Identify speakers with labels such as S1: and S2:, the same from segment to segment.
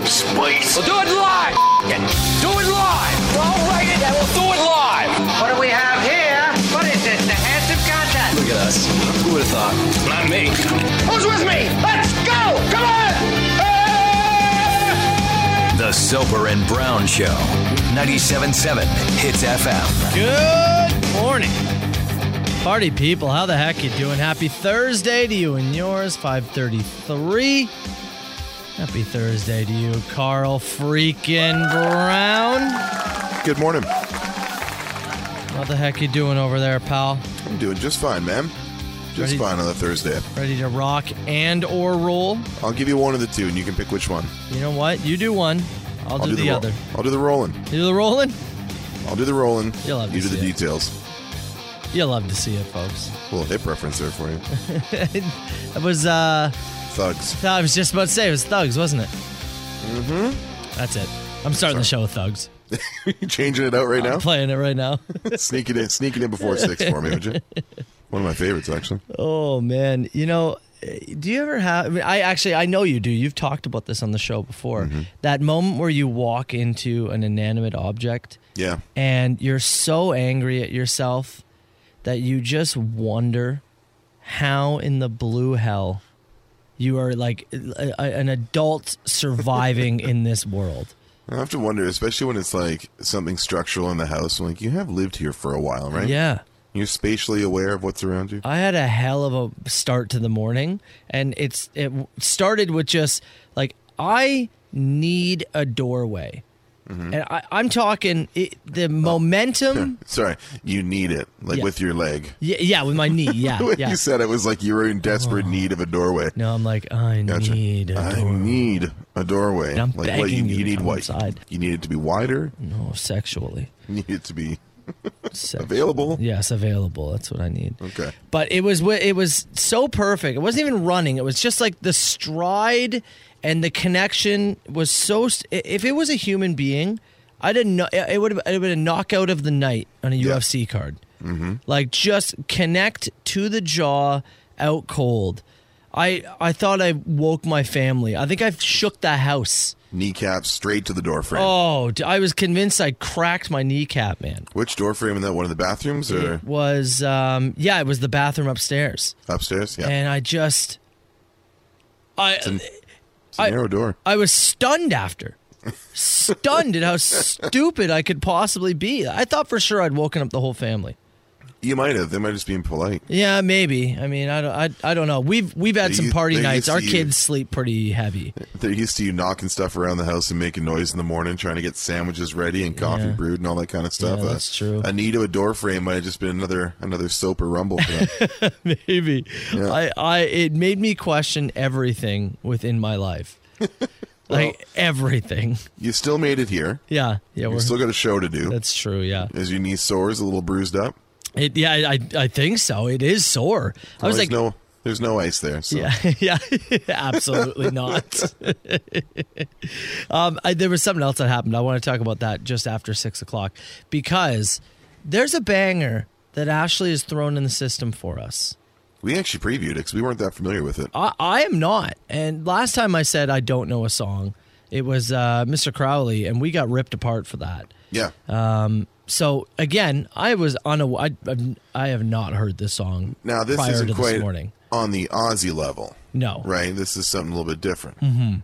S1: please.
S2: We'll do it live. It. Do it live. I'll write it and we'll do it live.
S3: What do we have here? What is this? The handsome contest.
S1: Look at us. Who would have thought? Not me.
S2: Who's with me? Let's go. Come on.
S4: The Soper and Brown Show, 97.7 Hits FM.
S5: Good morning. Party people, how the heck you doing? Happy Thursday to you and yours, 533. Happy Thursday to you, Carl freaking Brown.
S6: Good morning.
S5: How the heck you doing over there, pal?
S6: I'm doing just fine, man. Just
S5: Ready?
S6: fine on a Thursday.
S5: Ready to rock and or roll?
S6: I'll give you one of the two, and you can pick which one.
S5: You know what? You do one. I'll, do, the,
S6: ro-
S5: other.
S6: I'll do the rolling.
S5: You do the rolling?
S6: I'll do the rolling.
S5: You'll have to
S6: you do the
S5: see it.
S6: details.
S5: You love to see it, folks.
S6: Little hip reference there for you.
S5: It was uh
S6: Thugs.
S5: I was just about to say it was thugs, wasn't it? Mm-hmm. That's it. I'm starting the show with thugs.
S6: You changing it out right now?
S5: I'm playing it right now.
S6: Sneaking in, sneaking in before six for me, would you? One of my favorites, actually.
S5: Oh man, you know, eh, do you ever have? I, mean, I actually, I know you do. You've talked about this on the show before. That moment where you walk into an inanimate object
S6: Yeah.
S5: and you're so angry at yourself that you just wonder how in the blue hell you are like a, a- an adult surviving in this world.
S6: I have to wonder, especially when it's like something structural in the house. Like you have lived here for a while, right?
S5: Yeah.
S6: You're spatially aware of what's around you.
S5: I had a hell of a start to the morning, and it's it w- started with just like I need a doorway,
S6: Mm-hmm.
S5: and I, I'm talking it, the momentum.
S6: Sorry, you need it, like
S5: Yeah.
S6: with your leg.
S5: yeah, yeah, with my knee. Yeah,
S6: When
S5: yeah. Oh.
S6: you said it was like you were in desperate need of a doorway.
S5: No, I'm like I
S6: Gotcha.
S5: need a
S6: I
S5: doorway.
S6: need a doorway.
S5: And I'm
S6: like what you,
S5: begging you to
S6: need
S5: come
S6: what
S5: inside. Mm.
S6: you need it to be wider.
S5: No, oh, sexually.
S6: You need it to be
S5: Sex-
S6: available.
S5: Yes, available. That's what I need.
S6: Okay.
S5: But it was wi- it was so perfect. It wasn't even running. It was just like the stride and the connection was so. st- i- If it was a human being, I didn't know it would have been a knockout of the night on a UFC card. Mm-hmm. Like just connect to the jaw, out cold. I I thought I woke my family. I think I shook the house.
S6: Kneecap straight to the doorframe.
S5: Oh, d- I was convinced I cracked my kneecap, man.
S6: Which doorframe in that one of the bathrooms or
S5: It was um yeah, it was the bathroom upstairs.
S6: upstairs? Yeah.
S5: And I just I
S6: It's a
S5: I-
S6: narrow door.
S5: I was stunned after. stunned at how stupid I could possibly be. I thought for sure I'd woken up the whole family.
S6: You might have. They might have just been polite.
S5: Yeah, maybe. I mean, I don't I, I don't know. We've we've had
S6: They
S5: some
S6: u-
S5: party
S6: they used
S5: nights.
S6: to
S5: Our
S6: use-
S5: kids sleep pretty heavy.
S6: They're used to you knocking stuff around the house and making noise in the morning, trying to get sandwiches ready and coffee
S5: Yeah.
S6: brewed and all that kind of stuff.
S5: Yeah,
S6: Uh,
S5: that's true.
S6: A need of a doorframe might have just been another another soap or rumble for them.
S5: Maybe.
S6: Yeah.
S5: I, I it made me question everything within my life. like everything.
S6: you still made it here.
S5: Yeah. Yeah,
S6: You
S5: we're,
S6: still got a show to do.
S5: that's true, yeah.
S6: Is your knee sores a little bruised up?
S5: It, yeah, I, I think so. It is sore. I was
S6: Well,
S5: like,
S6: there's no, there's no ice there. So.
S5: yeah, yeah, absolutely not. um, I, there was something else that happened. I want to talk about that just after six o'clock because there's a banger that Ashley has thrown in the system for us.
S6: we actually previewed it because we weren't that familiar with it.
S5: I, I am not. And last time I said I don't know a song, it was uh, Mr. Crowley, and we got ripped apart for that.
S6: Yeah,
S5: uh, So again, I was unaware. I, I've- I have not heard this song.
S6: now this
S5: prior
S6: isn't
S5: to
S6: quite
S5: this morning.
S6: on the Aussie level,
S5: No, Mm-hmm.
S6: right? This is something a little bit different.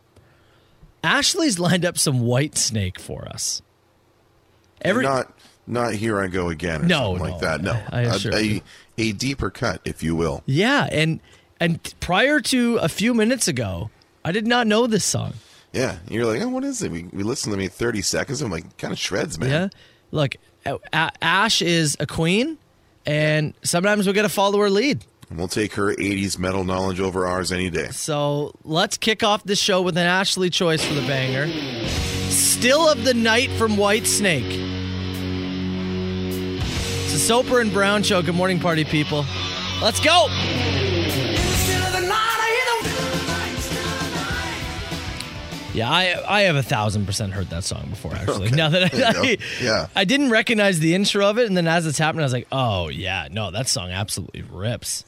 S5: Ashley's lined up some white snake for us. Every
S6: not, not here I go again, or
S5: No,
S6: something
S5: no,
S6: like that. No,
S5: I
S6: A-
S5: assure
S6: a,
S5: you.
S6: a deeper cut, if you will.
S5: yeah, and and prior to a few minutes ago, I did not know this song.
S6: Yeah, you're like, oh, what is it? We, we listened to me 30 seconds. I'm like, kind of shreds, man.
S5: Yeah, look, A- A- Ash is a queen, and sometimes we got to follow her lead.
S6: And we'll take her 80s metal knowledge over ours any day.
S5: So let's kick off the show with an Ashley choice for the banger. Still of the Night from White Snake. It's a Soper and Brown show. Good morning, party people. Let's go. Yeah, I I have a thousand percent heard that song before. Actually,
S6: Okay,
S5: now that
S6: there
S5: I,
S6: you go. Yeah.
S5: I didn't recognize the intro of it, and then as it's happening, I was like, oh yeah, no, that song absolutely rips.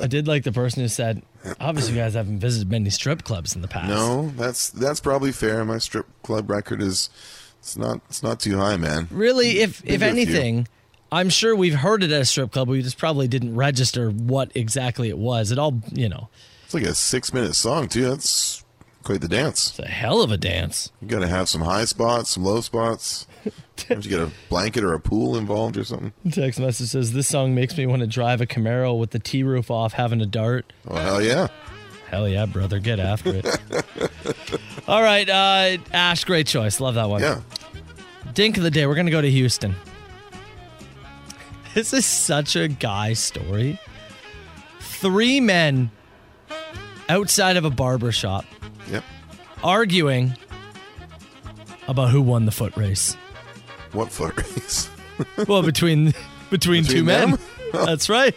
S5: I did like the person who said, obviously, you guys haven't visited many strip clubs in the past.
S6: No, that's that's probably fair. My strip club record is it's not it's not too high, man.
S5: really, if
S6: Been
S5: if
S6: to a few.
S5: anything. I'm sure we've heard it at a strip club. We just probably didn't register what exactly it was. It all, you know,
S6: It's like a six minute song too. That's quite the dance.
S5: it's a hell of a dance.
S6: You gotta have some high spots, some low spots. Sometimes you get a blanket or a pool involved or something.
S5: Text message says this song makes me want to drive a Camaro with the T roof off, having a dart.
S6: Oh hell yeah.
S5: Hell yeah, brother, get after it. All right, uh, Ash, great choice. Love that one.
S6: Yeah.
S5: Dink of the day. We're gonna go to Houston. This is such a guy story. Three men outside of a barber shop
S6: Yep.
S5: arguing about who won the foot race.
S6: What foot race?
S5: Well, between between,
S6: Between
S5: two men.
S6: them?
S5: That's right.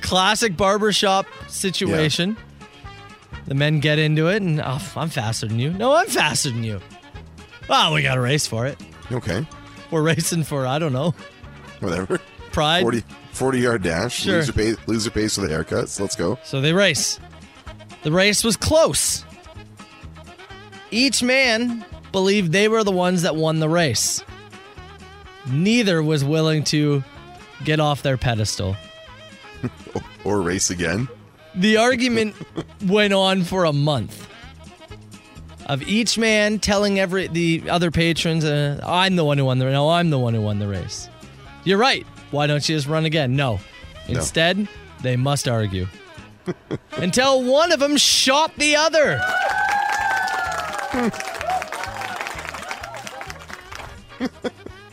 S5: Classic barbershop situation. The men get into it, and oh, I'm faster than you. No, I'm faster than you. Well, we got to race for it.
S6: Okay.
S5: We're racing for I don't know
S6: Whatever.
S5: pride.
S6: 40, 40 yard dash.
S5: Sure.
S6: Loser pace loser pace with the haircuts. Let's go.
S5: So they race. The race was close. Each man believed they were the ones that won the race. Neither was willing to get off their pedestal.
S6: Or race again.
S5: The argument went on for a month of each man telling every the other patrons, uh, "I'm the one who won the no, I'm the one who won the race." You're right. Why don't you just run again? No. Instead, they must argue until one of them shot the other.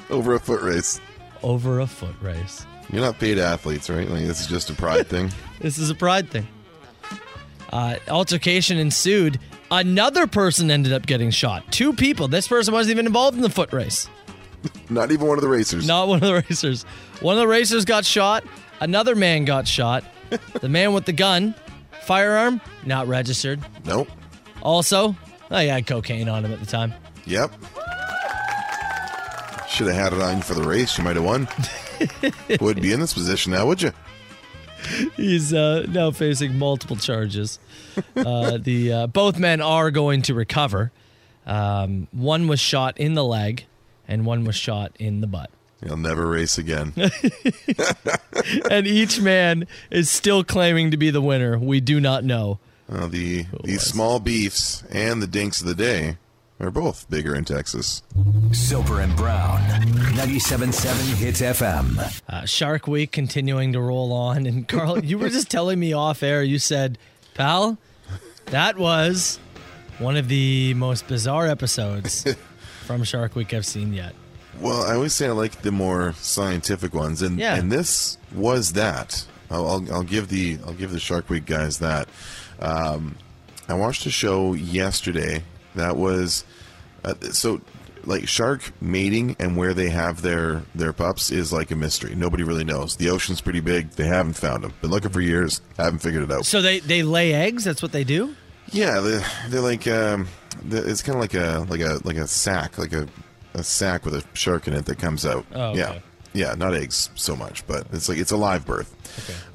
S6: Over a foot race.
S5: Over a foot race.
S6: You're not paid athletes, right? Like this is just a pride thing.
S5: This is a pride thing. Uh, altercation ensued. Another person ended up getting shot. Two people. This person wasn't even involved in the foot race.
S6: Not even one of the racers.
S5: Not one of the racers. One of the racers got shot. Another man got shot. The man with the gun, firearm, not registered.
S6: Nope.
S5: Also, I had cocaine on him at the time.
S6: Yep. Should have had it on you for the race. You might have won. Wouldn't be in this position now, would you?
S5: He's uh, now facing multiple charges. Uh, the uh, both men are going to recover. Um, one was shot in the leg, and one was shot in the butt.
S6: You'll never race again.
S5: And each man is still claiming to be the winner. We do not know.
S6: Uh, the the
S5: was.
S6: small beefs and the dinks of the day are both bigger in Texas.
S4: Soper and Brown, 97.7 Hits FM.
S5: Uh, Shark Week continuing to roll on. And Carl, you were just telling me off air, you said, pal, that was one of the most bizarre episodes from Shark Week I've seen yet.
S6: Well, I always say I like the more scientific ones, and
S5: Yeah.
S6: and this was that. I'll, I'll I'll give the I'll give the Shark Week guys that. Um, I watched a show yesterday that was uh, so like shark mating and where they have their their pups is like a mystery. Nobody really knows. The ocean's pretty big. They haven't found them. Been looking for years. Haven't figured it out.
S5: So they, they lay eggs? That's what they do?
S6: Yeah, they're, they're like um, the it's kind of like a like a like a sack, like a, a sack with a shark in it that comes out.
S5: Oh, okay.
S6: Yeah, yeah, not eggs so much, but it's like it's a live birth.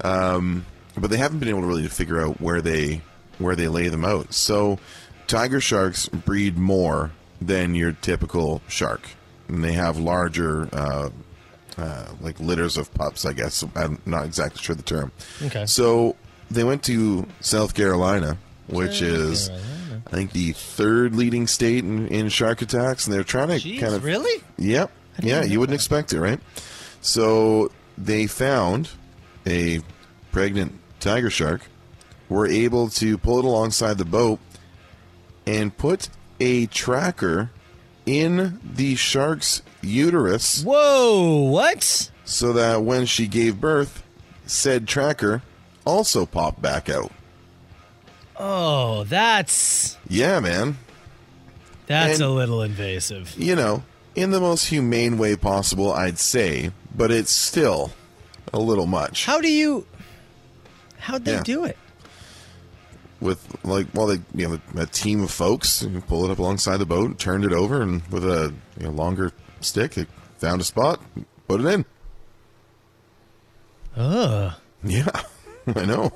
S6: Um, but they haven't been able to really figure out where they where they lay them out. So tiger sharks breed more than your typical shark, and they have larger. Uh, uh, like litters of pups, I guess. I'm not exactly sure the term.
S5: Okay.
S6: So they went to South Carolina, which is,
S5: Carolina.
S6: I think, the third leading state in, in shark attacks, and they're trying to
S5: Jeez,
S6: kind of
S5: really?
S6: Yep. Yeah, you wouldn't expect it, right? So they found a pregnant tiger shark, were able to pull it alongside the boat, and put a tracker in the shark's uterus
S5: Whoa, what?
S6: so that when she gave birth, said tracker also popped back out.
S5: Oh, that's
S6: Yeah, man.
S5: that's
S6: And-
S5: a little invasive.
S6: You know, in the most humane way possible, I'd say, but it's still a little much.
S5: How do you how'd they
S6: Yeah.
S5: do it?
S6: with like well they you know a team of folks and pulled it up alongside the boat, turned it over, and with a you know, longer stick, it found a spot, put it in.
S5: Ugh.
S6: Yeah, I know.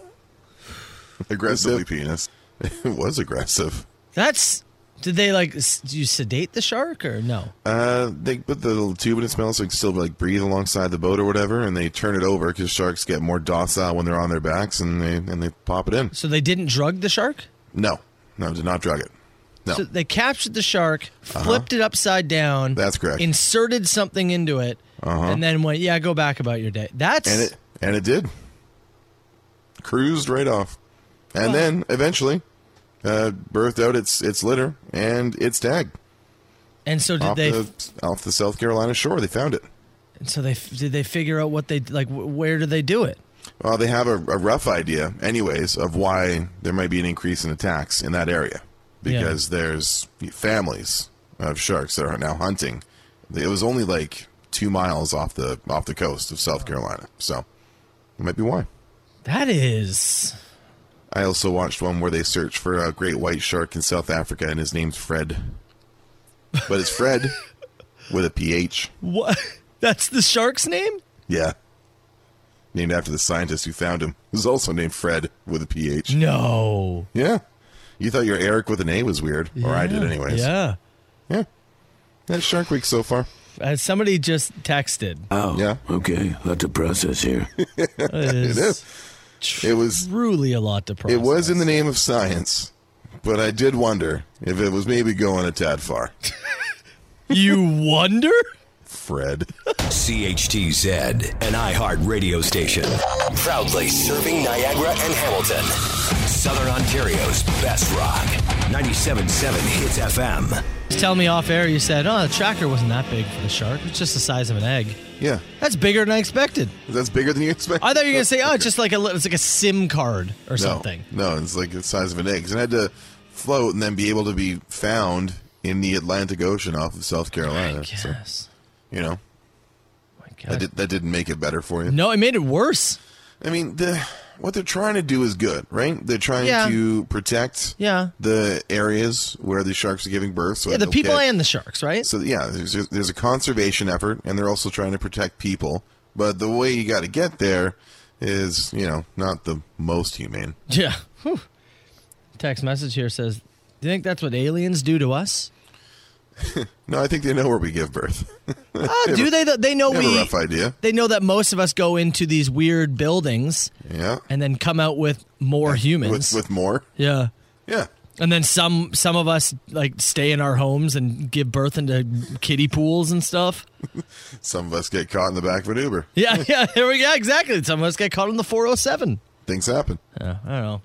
S6: Aggressively penis. It was aggressive.
S5: That's. Did they like? s- Do you sedate the shark or no?
S6: Uh, they put the little tube in its mouth so it can still like breathe alongside the boat or whatever, and they turn it over because sharks get more docile when they're on their backs, and they and they pop it in.
S5: So they didn't drug the shark.
S6: No, no, did not drug it. No,
S5: So they captured the shark, flipped it upside down.
S6: Uh-huh. That's correct. Uh-huh.
S5: Inserted something into it, and then went, "Yeah, go back about your day." That's
S6: and it and it did. Cruised right off, and then eventually, uh, birthed out its its litter and its tag
S5: and so did
S6: off
S5: they.
S6: the off the South Carolina shore. They found it.
S5: So they did they figure out what they like? wh- Where do they do it?
S6: Well, they have a, a rough idea, anyways, of why there might be an increase in attacks in that area because there's families of sharks that are now hunting. It was only like two miles off the off the coast of South Carolina, so it might be why.
S5: That is.
S6: I also watched one where they searched for a great white shark in South Africa, and his name's Fred, but it's Fred with a ph.
S5: What? That's the shark's name?
S6: Yeah, named after the scientist who found him. Who's also named Fred with a ph.
S5: No.
S6: Yeah. You thought your Eric with an A was weird, or I did,
S5: Yeah,
S6: anyways.
S5: Yeah.
S6: Yeah. That's Shark Week so far.
S5: Uh, somebody just texted.
S1: Oh,
S6: Yeah.
S1: Okay, lot to process here.
S5: It is,
S6: is. It was-
S5: truly a lot to process.
S6: It was in the name of science, but I did wonder if it was maybe going a tad far.
S5: You wonder?
S6: Fred.
S4: CHTZ, an iHeart radio station. Proudly serving Niagara and Hamilton. Southern Ontario's best rock. 97.7 Hits FM.
S5: Just tell me off air. You said, "Oh, the tracker wasn't that big for the shark. It's just the size of an egg."
S6: Yeah.
S5: That's bigger than I expected.
S6: That's bigger than you expected.
S5: I thought you were gonna say, "Oh, it's just like a li- it's like a SIM card or
S6: no,
S5: something."
S6: No, it's like the size of an egg. 'Cause It had to float and then be able to be found in the Atlantic Ocean off of South Carolina. So,
S5: Yes.
S6: you know,
S5: Oh my
S6: that,
S5: God.
S6: did, that didn't make it better for you.
S5: No, it made it worse.
S6: I mean, the what they're trying to do is good, right? They're trying
S5: Yeah.
S6: to protect
S5: Yeah.
S6: the areas where the sharks are giving birth. So
S5: Yeah, the
S6: they'll
S5: people
S6: get-
S5: and the sharks, right?
S6: so yeah, there's, there's a conservation effort, and they're also trying to protect people. But the way you got to get there is, you know, not the most humane.
S5: Yeah. Whew. Text message here says, "Do you think that's what aliens do to us?"
S6: No, I think they know where we give birth.
S5: Uh, do they? They know
S6: They have a
S5: we.
S6: rough idea.
S5: They know that most of us go into these weird buildings
S6: Yeah,
S5: and then come out with more humans.
S6: with with more.
S5: yeah.
S6: Yeah,
S5: And then some some of us like stay in our homes and give birth into kiddie pools and stuff.
S6: some of us get caught in the back of an Uber.
S5: Yeah, yeah, there we go. Exactly. Some of us get caught on the 407.
S6: Things happen. Oh,
S5: Yeah, I don't know.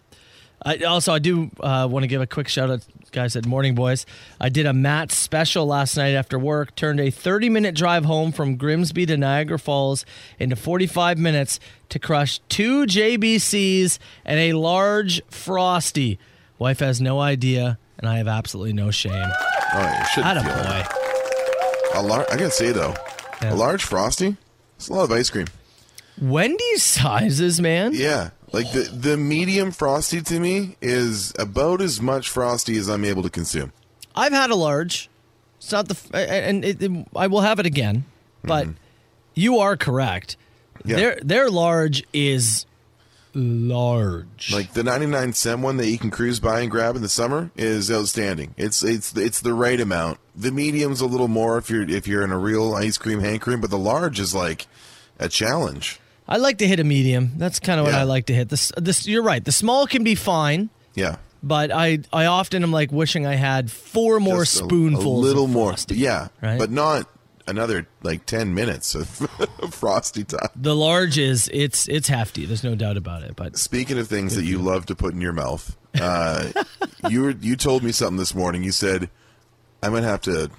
S5: I, also, I do uh, want to give a quick shout out, guys, at Morning Boys. I did a Matt special last night after work, turned a 30 minute drive home from Grimsby to Niagara Falls into 45 minutes to crush two JBCs and a large Frosty. Wife has no idea, and I have absolutely no shame.
S6: Oh, you should feel that.
S5: Attaboy.
S6: A lar- I gotta say though,
S5: Yeah.
S6: a large frosty. It's a lot of ice cream.
S5: Wendy's sizes, man.
S6: Yeah, like the the medium frosty to me is about as much frosty as I'm able to consume.
S5: I've had a large. It's not the f- and it, it- I will have it again, but you are correct.
S6: Mm-hmm. Yeah.
S5: Their their large is large.
S6: Like the 99 cent one that you can cruise by and grab in the summer is outstanding. It's it's it's the right amount. The medium's a little more if you're if you're in a real ice cream hankering, but the large is like a challenge.
S5: I like to hit a medium. That's kind of what
S6: Yeah.
S5: I like to hit. This this you're right. The small can be fine,
S6: Yeah.
S5: but I I often am like wishing I had four more
S6: Just a-
S5: spoonfuls.
S6: A little
S5: of
S6: more.
S5: Frosty.
S6: yeah.
S5: right?
S6: But not another like 10 minutes of frosty time.
S5: The large is it's it's hefty. There's no doubt about it. But
S6: Speaking of things that you love to put in your mouth, uh, you were, you told me something this morning. You said, "I'm gonna have to,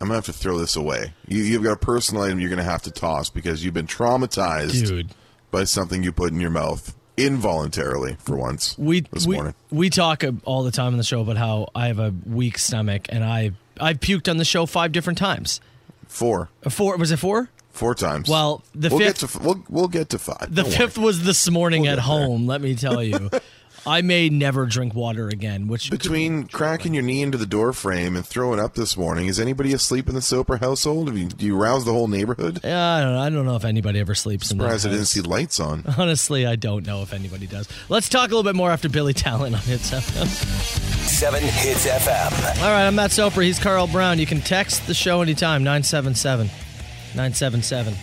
S6: I'm gonna have to throw this away." You, you've got a personal item you're gonna have to toss because you've been traumatized
S5: dude,
S6: by something you put in your mouth involuntarily for once.
S5: we
S6: this
S5: we,
S6: morning,
S5: we talk uh, all the time on the show about how I have a weak stomach and I I've puked on the show five different times.
S6: four,
S5: Or Four was it four?
S6: four times.
S5: Well, the
S6: we'll
S5: fifth
S6: get to f- we'll, we'll get to five.
S5: the
S6: Don't worry.
S5: fifth was this morning
S6: We'll
S5: at
S6: get there.
S5: home. Let me tell you, I may never drink water again, which
S6: Between cracking your knee into the door frame and throwing up this morning, is anybody asleep in the Soper household? Have you, do you rouse the whole neighborhood?
S5: Yeah, I don't know. I don't know if anybody ever sleeps in that
S6: Surprised I didn't
S5: house.
S6: see lights on.
S5: Honestly, I don't know if anybody does. Let's talk a little bit more after Billy Talent on Hits FM.
S4: 7 Hits FM.
S5: All right, I'm Matt Soper. He's Carl Brown. You can text the show anytime, 977 977.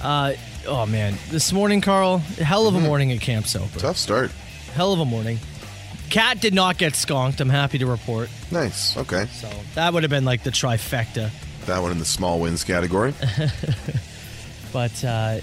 S5: Uh, oh, man. This morning, Carl, hell of a morning at Camp Soper.
S6: Tough start.
S5: Hell of a morning. Cat did not get skunked, I'm happy to report.
S6: Nice. Okay.
S5: So that would have been like the trifecta.
S6: That one in the small wins category.
S5: But uh,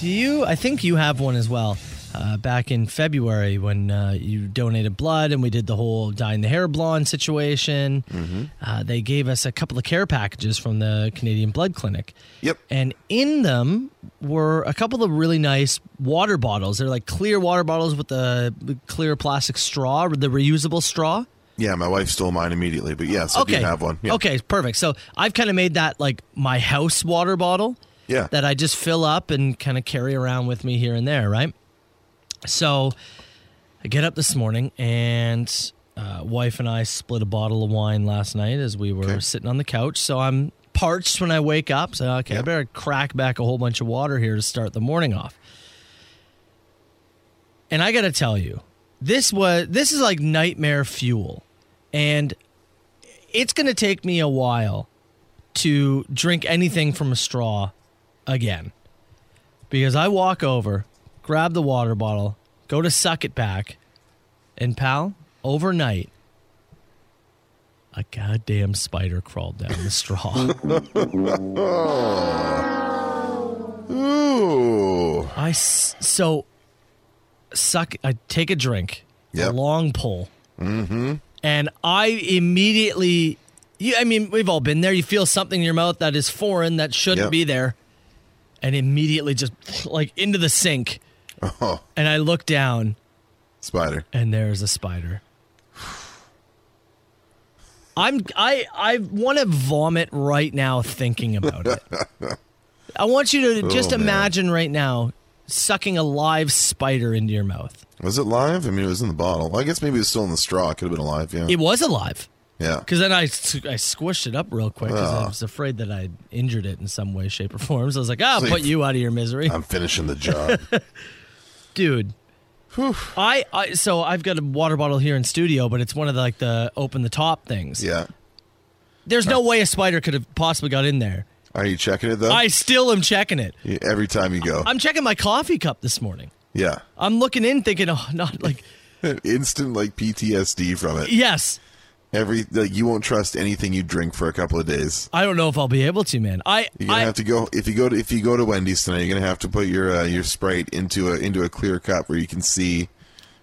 S5: do you? I think you have one as well. Uh, back in February, when uh, you donated blood and we did the whole dyeing the hair blonde situation,
S6: Mm-hmm.
S5: uh, they gave us a couple of care packages from the Canadian Blood Clinic.
S6: Yep.
S5: And in them were a couple of really nice water bottles. They're like clear water bottles with a clear plastic straw, the reusable straw.
S6: Yeah, my wife stole mine immediately, but yes, I do have one. Yeah.
S5: Okay, perfect. So I've kind of made that like my house water bottle.
S6: Yeah.
S5: That I just fill up and kind of carry around with me here and there, right? So I get up this morning and uh, wife and I split a bottle of wine last night as we were
S6: Okay.
S5: sitting on the couch. So I'm parched when I wake up. So okay, I
S6: Yeah.
S5: better crack back a whole bunch of water here to start the morning off. And I got to tell you, this was this is like nightmare fuel. And it's going to take me a while to drink anything from a straw again. Because I walk over, grab the water bottle, go to suck it back, and pal, overnight, a goddamn spider crawled down the straw.
S6: Oh. Ooh.
S5: I s- so suck. I take a drink, a
S6: Yep.
S5: long pull, mm-hmm. and I immediately. You, I mean, we've all been there. You feel something in your mouth that is foreign that shouldn't
S6: Yep.
S5: be there, and immediately just like into the sink.
S6: Oh,
S5: And I look down,
S6: spider.
S5: and there's a spider. I'm I I want to vomit right now thinking about it. I want you to just
S6: Oh, man.
S5: imagine right now sucking a live spider into your mouth.
S6: Was it live? I mean, it was in the bottle. I guess maybe it was still in the straw. It could have been alive. Yeah.
S5: It was alive
S6: yeah.
S5: because then I s- I squished it up real quick because I
S6: Oh.
S5: was afraid that I'd injured it in some way, shape, or form. So I was like, "I'll
S6: So
S5: put
S6: you-
S5: you out of your misery."
S6: I'm finishing the job.
S5: dude. I, I so I've got a water bottle here in studio, but it's one of the, like the open the top things.
S6: yeah.
S5: There's no way a spider could have possibly got in there.
S6: Are you checking it though?
S5: I still am checking it.
S6: Yeah, Every time you go.
S5: I'm checking my coffee cup this morning.
S6: yeah.
S5: I'm looking in thinking, oh, not like,
S6: Instant like PTSD from it.
S5: yes,
S6: Every like you won't trust anything you drink for a couple of days.
S5: I don't know if I'll be able to, man. I,
S6: You're gonna
S5: I
S6: have to go if you go to if you go to Wendy's tonight. You're gonna have to put your uh, your Sprite into a into a clear cup where you can see.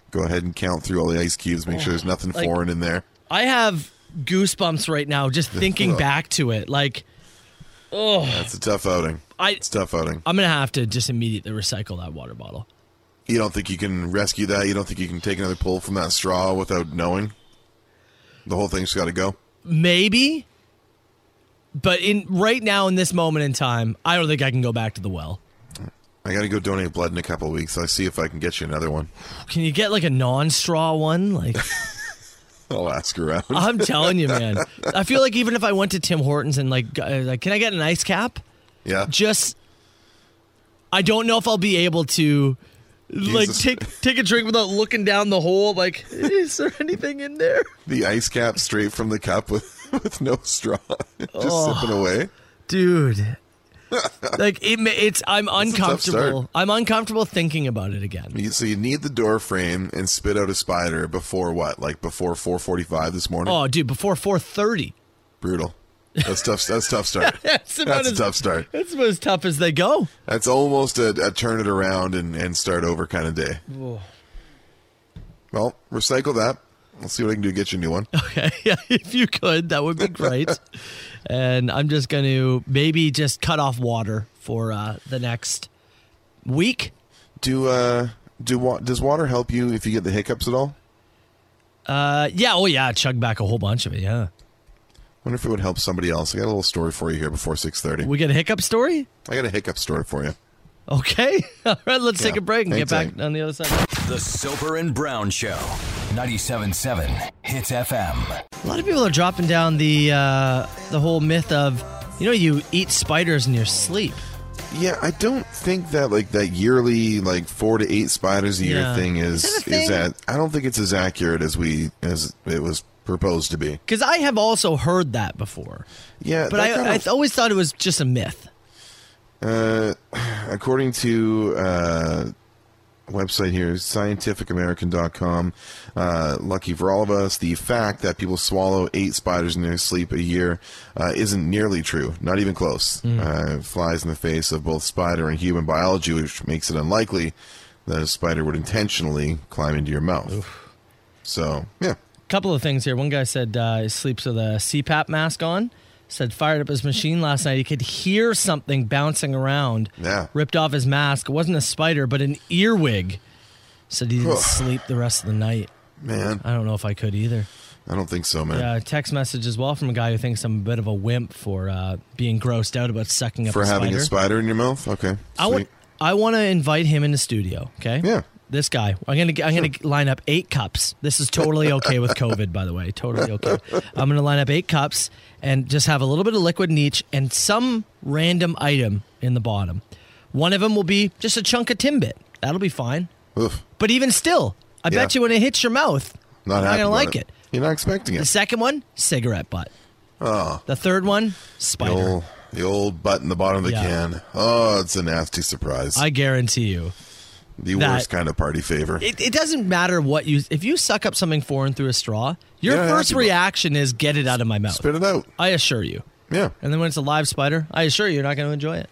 S6: Go ahead and count through all the ice cubes. Make sure there's nothing
S5: Like-
S6: foreign in there.
S5: I have goosebumps right now just thinking back to it. Like,
S6: That's a tough outing.
S5: I,
S6: It's tough outing.
S5: I'm gonna have to just immediately recycle that water bottle.
S6: You don't think you can rescue that? You don't think you can take another pull from that straw without knowing? The whole thing's got to go.
S5: Maybe, but in right now in this moment in time, I don't think I can go back to the well.
S6: I got to go donate blood in a couple of weeks. I'll see if I can get you another one.
S5: Can you get like a non-straw one? Like,
S6: I'll ask around.
S5: I'm telling you, man. I feel like even if I went to Tim Hortons and like, got- like, can I get an ice cap?
S6: yeah.
S5: just I don't know if I'll be able to like
S6: Jesus.
S5: take take a drink without looking down the hole like is there anything in there?
S6: The ice cap straight from the cup with, with no straw. Just sipping away.
S5: Dude. like it, ma- it's I'm
S6: a tough
S5: uncomfortable.
S6: start.
S5: I'm uncomfortable thinking about it again.
S6: You- So you need the door frame and spit out a spider before what? Like before 4:45 this morning.
S5: Oh, dude, before 4:30.
S6: Brutal. That's tough. That's tough start.
S5: That's about
S6: That's a
S5: as
S6: tough start.
S5: That's about as tough as they go.
S6: That's almost a, a turn it around and, and start over kind of day. Well, recycle that. I'll see what I can do to get you a new one.
S5: Okay. Yeah, if you could, that would be great. and I'm just going to maybe just cut off water for uh the next week.
S6: Do uh do wa- does water help you if you get the hiccups at all?
S5: Uh, yeah. Oh, yeah. Chug back a whole bunch of it. Yeah.
S6: Wonder if it would help somebody else. I got a little story for you here before six thirty.
S5: We get a hiccup story.
S6: I got a hiccup story for you.
S5: Okay. All right. Let's take
S6: Yeah.
S5: a break and
S6: Thanks,
S5: get back
S6: Zach.
S5: on the other side.
S4: The Soper and Brown Show. 97.7 Hits FM.
S5: A lot of people are dropping down the uh, the whole myth of, you know, you eat spiders in your sleep.
S6: Yeah, I don't think that like that yearly like four to eight spiders a year
S5: Yeah.
S6: thing is
S5: Is
S6: is,
S5: that a thing?
S6: that I don't think it's as accurate as we as it was proposed to be.
S5: Because I have also heard that before,
S6: Yeah,
S5: but
S6: that
S5: I,
S6: kind
S5: I
S6: of-
S5: always thought it was just a myth.
S6: Uh, according to uh, website here scientificamerican.com uh, lucky for all of us the fact that people swallow eight spiders in their sleep a year uh, isn't nearly true not even close
S5: Hmm.
S6: uh, it flies in the face of both spider and human biology which makes it unlikely that a spider would intentionally climb into your mouth so yeah
S5: couple of things here. One guy said uh, he sleeps with a CPAP mask on. Said fired up his machine last night. He could hear something bouncing around.
S6: Yeah.
S5: Ripped off his mask. It wasn't a spider, but an earwig. Said he didn't
S6: Ugh.
S5: sleep the rest of the night.
S6: man
S5: I don't know if I could either.
S6: i don't think so man
S5: Yeah, a text message as well from a guy who thinks I'm a bit of a wimp for uh, being grossed out about sucking up
S6: for
S5: a
S6: having
S5: spider.
S6: a spider in your mouth okay
S5: I want
S6: sweet.
S5: I want to invite him in the studio. Okay.
S6: Yeah.
S5: This guy. I'm gonna I'm gonna line up eight cups. This is totally okay with COVID, by the way. Totally okay. I'm gonna line up eight cups and just have a little bit of liquid in each and some random item in the bottom. One of them will be just a chunk of Timbit. That'll be fine.
S6: Oof,
S5: But even still, I
S6: Yeah.
S5: bet you when it hits your mouth,
S6: not
S5: you're
S6: happy
S5: gonna
S6: about
S5: like it.
S6: you're not expecting it
S5: The second one, cigarette butt. Oh. The third one,
S6: The
S5: spider.
S6: old, the old butt in the bottom of the
S5: Yeah.
S6: can. Oh, it's a nasty surprise.
S5: I guarantee you.
S6: the
S5: that-
S6: worst kind of party favor.
S5: It, it doesn't matter what you if you suck up something foreign through a straw, your
S6: Yeah, I
S5: first
S6: have to-
S5: reaction is get it out of my mouth.
S6: Spit it out.
S5: I assure you.
S6: Yeah.
S5: And then when it's a live spider, I assure you you're not going to enjoy it.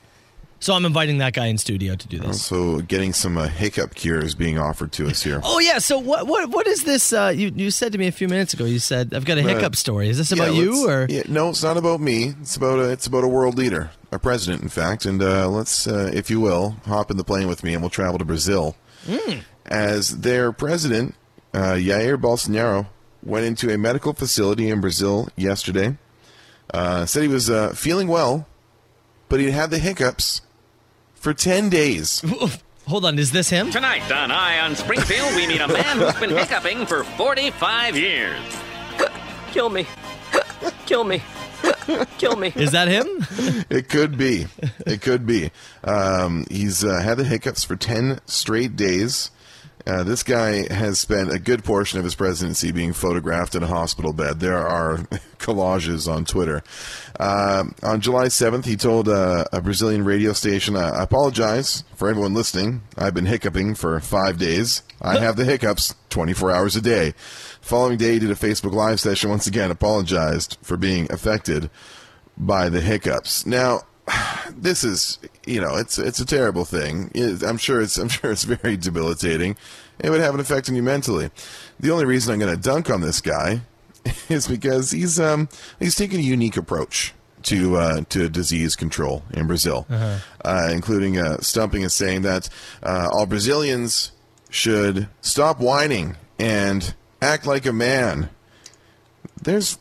S5: So I'm inviting that guy in studio to do this.
S6: So getting some uh, hiccup cures being offered to us here.
S5: Oh yeah, so what what what is this uh, you you said to me a few minutes ago. You said I've got a hiccup story. Is this
S6: Yeah,
S5: about
S6: let's-
S5: you or
S6: yeah, no? It's not about me. It's about a, it's about a world leader, a president, in fact. And uh, let's, uh, if you will, hop in the plane with me, and we'll travel to Brazil.
S5: Mm.
S6: As their president, uh, Jair Bolsonaro, went into a medical facility in Brazil yesterday. Uh, said he was uh, feeling well, but he'd had the hiccups for ten days.
S5: Hold on, is this him?
S7: Tonight on Eye on Springfield, we meet a man who's been hiccuping for 45 years.
S8: Kill me. Kill me. Kill me.
S5: Is that him?
S6: It could be. It could be. Um, he's uh, had the hiccups for 10 straight days. Uh, this guy has spent a good portion of his presidency being photographed in a hospital bed. There are collages on Twitter. Um on July 7th, he told uh, a Brazilian radio station, I I apologize for everyone listening. I've been hiccuping for five days. I have the hiccups 24 hours a day. Following day, he did a Facebook Live session once again, apologized for being affected by the hiccups. Now, this is you know it's it's a terrible thing. It- I'm sure it's I'm sure it's very debilitating. It would have an effect on you mentally. The only reason I'm going to dunk on this guy is because he's um he's taking a unique approach to uh, to disease control in Brazil, uh including uh, stumping and saying that uh, all Brazilians should stop whining and act like a man there's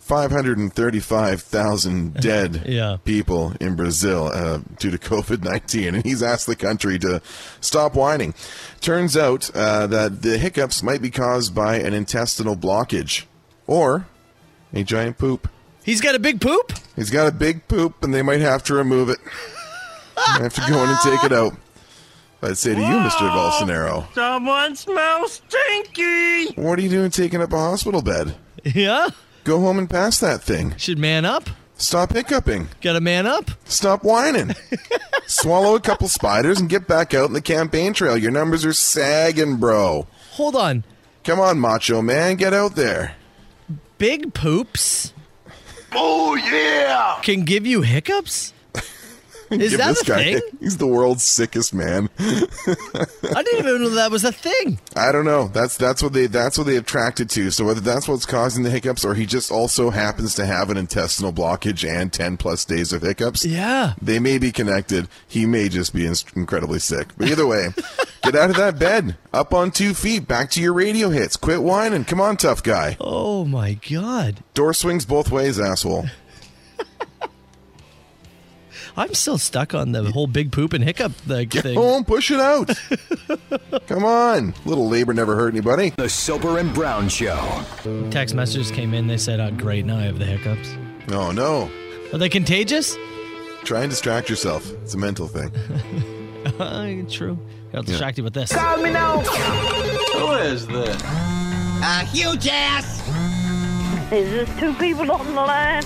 S6: 535,000 dead
S5: Yeah.
S6: people in Brazil uh, due to COVID 19, and he's asked the country to stop whining. Turns out uh, that the hiccups might be caused by an intestinal blockage or a giant poop.
S5: He's got a big poop?
S6: He's got a big poop, and they might have to remove it. I have to go in and take it out. I'd say to you, Mr. Bolsonaro,
S8: Someone smells stinky.
S6: what are you doing taking up a hospital bed?
S5: Yeah.
S6: Go home and pass that thing.
S5: Should man up.
S6: Stop hiccuping.
S5: Got to man up.
S6: Stop whining. Swallow a couple spiders and get back out in the campaign trail. Your numbers are sagging, bro.
S5: Hold on.
S6: Come on, macho man, get out there.
S5: Big poops? Oh yeah. Can give you hiccups? Is
S6: Give
S5: that
S6: this
S5: a
S6: guy-
S5: thing?
S6: He's the world's sickest man.
S5: I didn't even know that was a thing.
S6: I don't know. That's that's what they that's what they attracted to. So whether that's what's causing the hiccups or he just also happens to have an intestinal blockage and 10 plus days of hiccups.
S5: Yeah.
S6: They may be connected. He may just be inst- incredibly sick. But either way, get out of that bed. Up on two feet. Back to your radio hits. Quit whining. Come on, tough guy.
S5: Oh my god.
S6: Door swings both ways, asshole.
S5: I'm still stuck on the whole big poop and hiccup like,
S6: Get
S5: thing.
S6: home, push it out. Come on, little labor never hurt anybody.
S4: The Soper and Brown Show.
S5: Text messages came in. They said, "Oh, great! Now I have the hiccups."
S6: No, no,
S5: Are they contagious?
S6: try and distract yourself. It's a mental thing.
S5: Uh, true. I'll distract you with this.
S9: Is this two people on the line?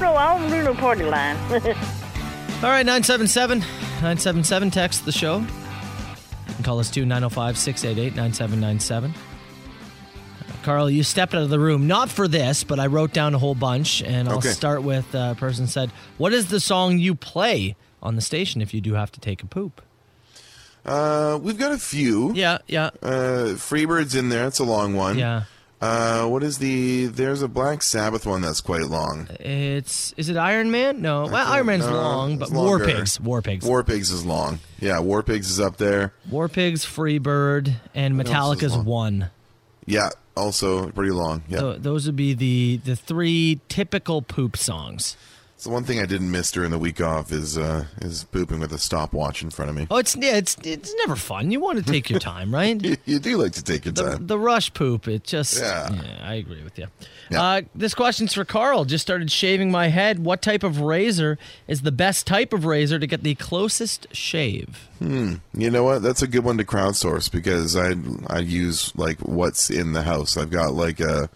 S9: No, I don't do no party line.
S5: All right, 977 977 text the show. And call us oh to 905 688 9797. Uh, Carl, you stepped out of the room, not for this, but I wrote down a whole bunch. And I'll
S6: Okay.
S5: start with uh, a person said, What is the song you play on the station if you do have to take a poop?
S6: Uh, we've got a few.
S5: Yeah, yeah,
S6: Uh, Freebird's in there. It's a long one.
S5: yeah.
S6: Uh, what is the? There's a Black Sabbath one that's quite long.
S5: It's, is it Iron Man? No. Well,
S6: think-
S5: Iron Man's
S6: no,
S5: long, but
S6: it's
S5: War
S6: longer.
S5: Pigs. War Pigs. War,
S6: War Pigs is long. Yeah, War Pigs is up there.
S5: Pigs, Freebird, and
S6: else is
S5: Metallica's
S6: long?
S5: One.
S6: Yeah, also pretty long. Yeah,
S5: Tho- those would be the the three typical poop songs.
S6: it's the one thing I didn't miss during the week off is uh, is pooping with a stopwatch in front of me.
S5: Oh, it's yeah, it's it's never fun. You want to take your time, right?
S6: You, you do like to take your
S5: The,
S6: time.
S5: the rush poop, it just. Yeah.
S6: Yeah.
S5: I agree with you.
S6: Yeah.
S5: Uh, this question's for Carl. Just started shaving my head. What type of razor is the best type of razor to get the closest shave?
S6: You know what? That's a good one to crowdsource because I I use like what's in the house. I've got like a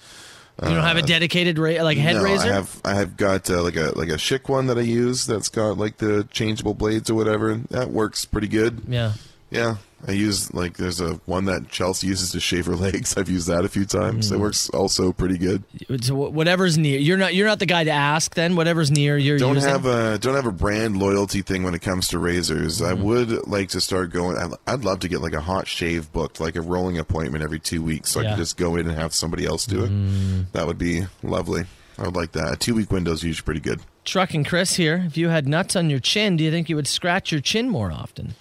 S5: you don't have a dedicated ra- like head
S6: Uh, no,
S5: razor.
S6: I have I have got uh, like a like a chic one that I use that's got like the changeable blades or whatever. That works pretty good.
S5: yeah.
S6: Yeah, I use like there's a one that Chelsea uses to shave her legs. I've used that a few times.
S5: Mm.
S6: It works also pretty good.
S5: So wh- whatever's near, you're not you're not the guy to ask. Then whatever's near, you're
S6: Don't
S5: using.
S6: have a don't have a brand loyalty thing when it comes to razors.
S5: Mm-hmm.
S6: I would like to start going. I'd, I'd love to get like a hot shave booked, like a rolling appointment every two weeks, so I
S5: Yeah. Mm.
S6: could just go in and have somebody else do it. That would be lovely. I would like that. A two week window is usually pretty good.
S5: Truck and Chris here. If you had nuts on your chin, do you think you would scratch your chin more often?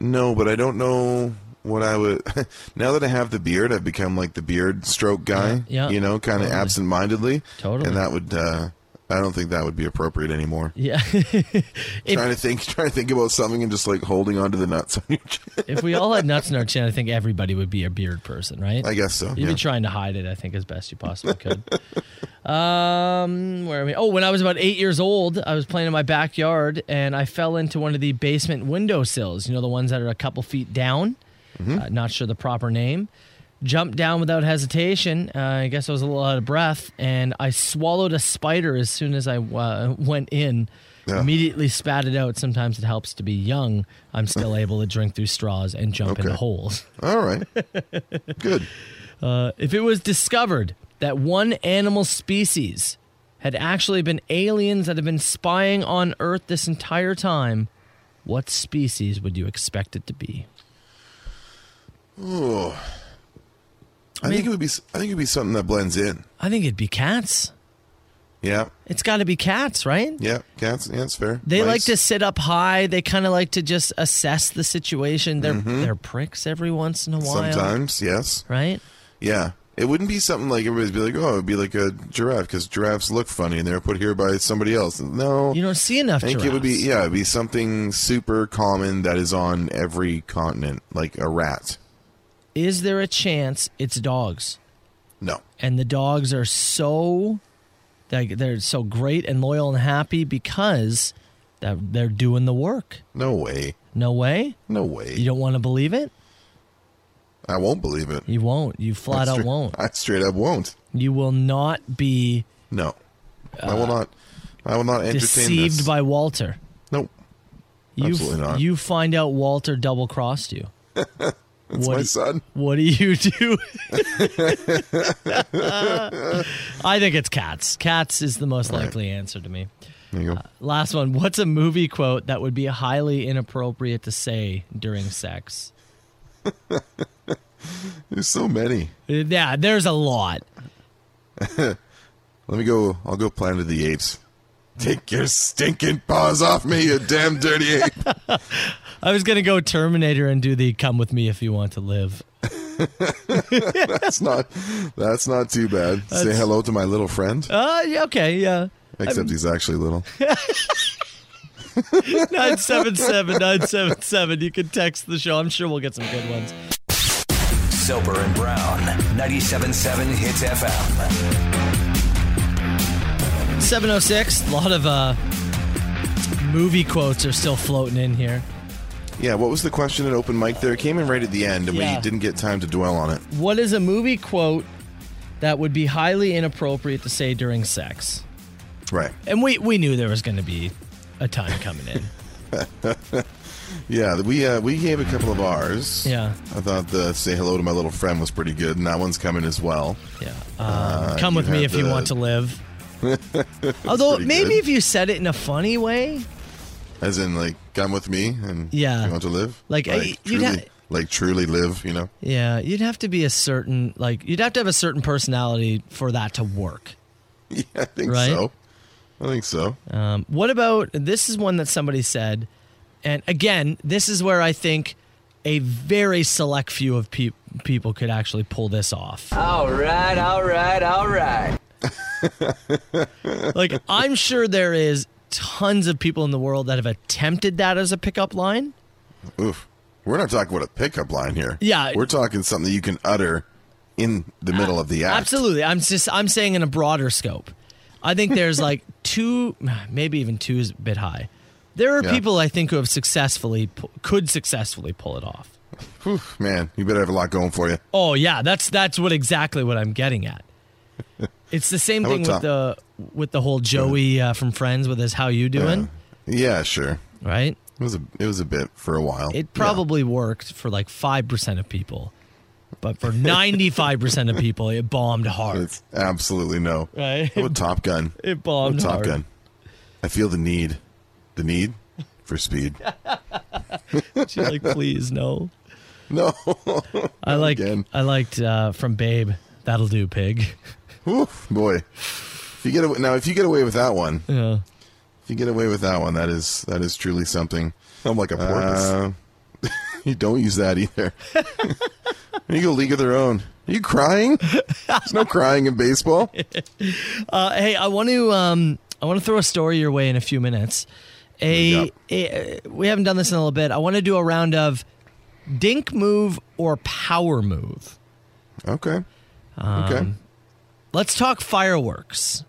S6: No, but I don't know what I would. now that I have the beard, I've become like the beard stroke guy.
S5: Yeah, yeah,
S6: you know, kind of
S5: totally.
S6: absent-mindedly.
S5: Totally.
S6: And that would. uh I don't think that would be appropriate anymore.
S5: Yeah. If-
S6: trying to think, trying to think about something and just like holding onto the nuts on your chin.
S5: if we all had nuts in our chin, I think everybody would be a beard person, right?
S6: I guess so.
S5: You'd
S6: yeah.
S5: be trying to hide it, I think, as best you possibly could. um, where are we? Oh, when I was about eight years old, I was playing in my backyard and I fell into one of the basement windowsills. You know, the ones that are a couple feet down.
S6: Mm-hmm.
S5: Uh, not sure the proper name. Jumped down without hesitation. Uh, I guess I was a little out of breath, and I swallowed a spider as soon as I uh, went in.
S6: Yeah.
S5: Immediately spat it out. Sometimes it helps to be young. I'm still able to drink through straws and jump into
S6: Okay.
S5: holes.
S6: All right. Good.
S5: If it was discovered that one animal species had actually been aliens that have been spying on Earth this entire time, what species would you expect it to be?
S6: I, think it would be. s- I think it would be something that blends in.
S5: I think it'd be cats.
S6: Yeah.
S5: It's got to be cats, right?
S6: Yeah. Cats. Yeah, it's fair.
S5: They like
S6: Mice.
S5: to sit up high. They kind of like to just assess the situation. They're they're pricks every once in a while,
S6: Mm-hmm. Sometimes, yes.
S5: right?
S6: Yeah. It wouldn't be something like everybody's be like, oh, it'd be like a giraffe because giraffes look funny and they're put here by somebody else. No,
S5: You don't see enough.
S6: I think it would be
S5: giraffes.
S6: yeah, it'd be something super common that is on every continent, like a rat.
S5: Is there a chance it's dogs?
S6: No,
S5: and the dogs are so like they're so great and loyal and happy because they're, they're doing the work.
S6: no way,
S5: No way.
S6: no
S5: You
S6: way.
S5: don't want to believe it.
S6: I won't believe it.
S5: You won't. You flat
S6: I
S5: out
S6: stra-
S5: won't.
S6: I straight up won't.
S5: You will not be
S6: No, I will not. I will not entertain
S5: Uh, deceived
S6: this.
S5: by Walter.
S6: nope.
S5: You f-
S6: Absolutely not.
S5: You find out Walter double crossed you.
S6: That's
S5: what
S6: my
S5: do-
S6: son.
S5: What do you do? I think it's cats. Cats is the most likely answer to me.
S6: There you go.
S5: Uh, Last one. What's a movie quote that would be highly inappropriate to say during sex?
S6: There's so many.
S5: Yeah, there's a lot.
S6: Let me go. I'll go Planet of the Apes. Take your stinking paws off me, you damn dirty ape.
S5: I was going to go Terminator and do the come with me if you want to live.
S6: That's not. That's not too bad. Say hello to my little friend.
S5: Uh, yeah, okay, yeah.
S6: Except he's actually little.
S5: 977 977. You can text the show. I'm sure we'll get some good ones.
S4: Soper and Brown, 97.7 Hits FM.
S5: 706. A lot of uh, movie quotes are still floating in here.
S6: Yeah, what was the question at open mic there? It came in right at the end, and
S5: Yeah.
S6: we didn't get time to dwell on it.
S5: What is a movie quote that would be highly inappropriate to say during sex?
S6: Right.
S5: And we, we knew there was going to be a time coming in.
S6: Yeah, we uh, we gave a couple of ours.
S5: Yeah.
S6: I thought the say hello to my little friend was pretty good, and that one's coming as well.
S5: Yeah. Um, come
S6: Uh, you
S5: with me
S6: had
S5: if you
S6: the-
S5: want to live. Although
S6: pretty
S5: maybe
S6: good.
S5: if you said it in a funny way,
S6: As in, like, come with me, and
S5: Yeah.
S6: you want to live?
S5: Like, uh, you'd
S6: truly,
S5: ha-
S6: like truly live, you know?
S5: yeah, you'd have to be a certain like you'd have to have a certain personality for that to work.
S6: Yeah, I think
S5: Right.
S6: so. I think so.
S5: Um, what about this is one that somebody said, and again, this is where I think a very select few of peop people could actually pull this off.
S2: All right, all right, all right.
S5: like I'm sure there is tons of people in the world that have attempted that as a pickup line.
S6: Oof. We're not talking about a pickup line here.
S5: Yeah.
S6: We're talking something that you can utter in the middle of the act.
S5: Absolutely. I'm just I'm saying in a broader scope. I think there's like two, maybe even two is a bit high. There are
S6: Yeah.
S5: people I think who have successfully pu- could successfully pull it off.
S6: Whew, man, you better have a lot going for you.
S5: Oh yeah, that's that's what exactly what I'm getting at. It's the same
S6: How
S5: thing with
S6: about
S5: the with the whole Joey uh, from Friends with his "How you doing?"
S6: Uh, Yeah, sure.
S5: Right?
S6: It was a it was a bit for a while.
S5: It probably worked for like five percent of people, but for ninety five percent of people, it bombed
S6: Yeah.
S5: hard.
S6: It's absolutely no.
S5: Right?
S6: What Top Gun?
S5: It bombed
S6: Top
S5: hard.
S6: Gun? I feel the need, the need for speed.
S5: She's like, please no.
S6: No,
S5: I like
S6: again.
S5: I liked uh, from Babe. That'll do, pig.
S6: Oof, boy. If you get away, now, if you get away with that one,
S5: Yeah.
S6: if you get away with that one, that is that is truly something.
S10: I'm like a porpoise.
S6: Uh, you don't use that either. you go League of Their Own. Are you crying? There's no crying in baseball.
S5: Uh, hey, I want to um, I want to throw a story your way in a few minutes. A,
S6: What
S5: a- uh, we haven't done this in a little bit. I want to do a round of dink move or power move.
S6: Okay.
S5: Um,
S6: okay.
S5: Let's talk fireworks.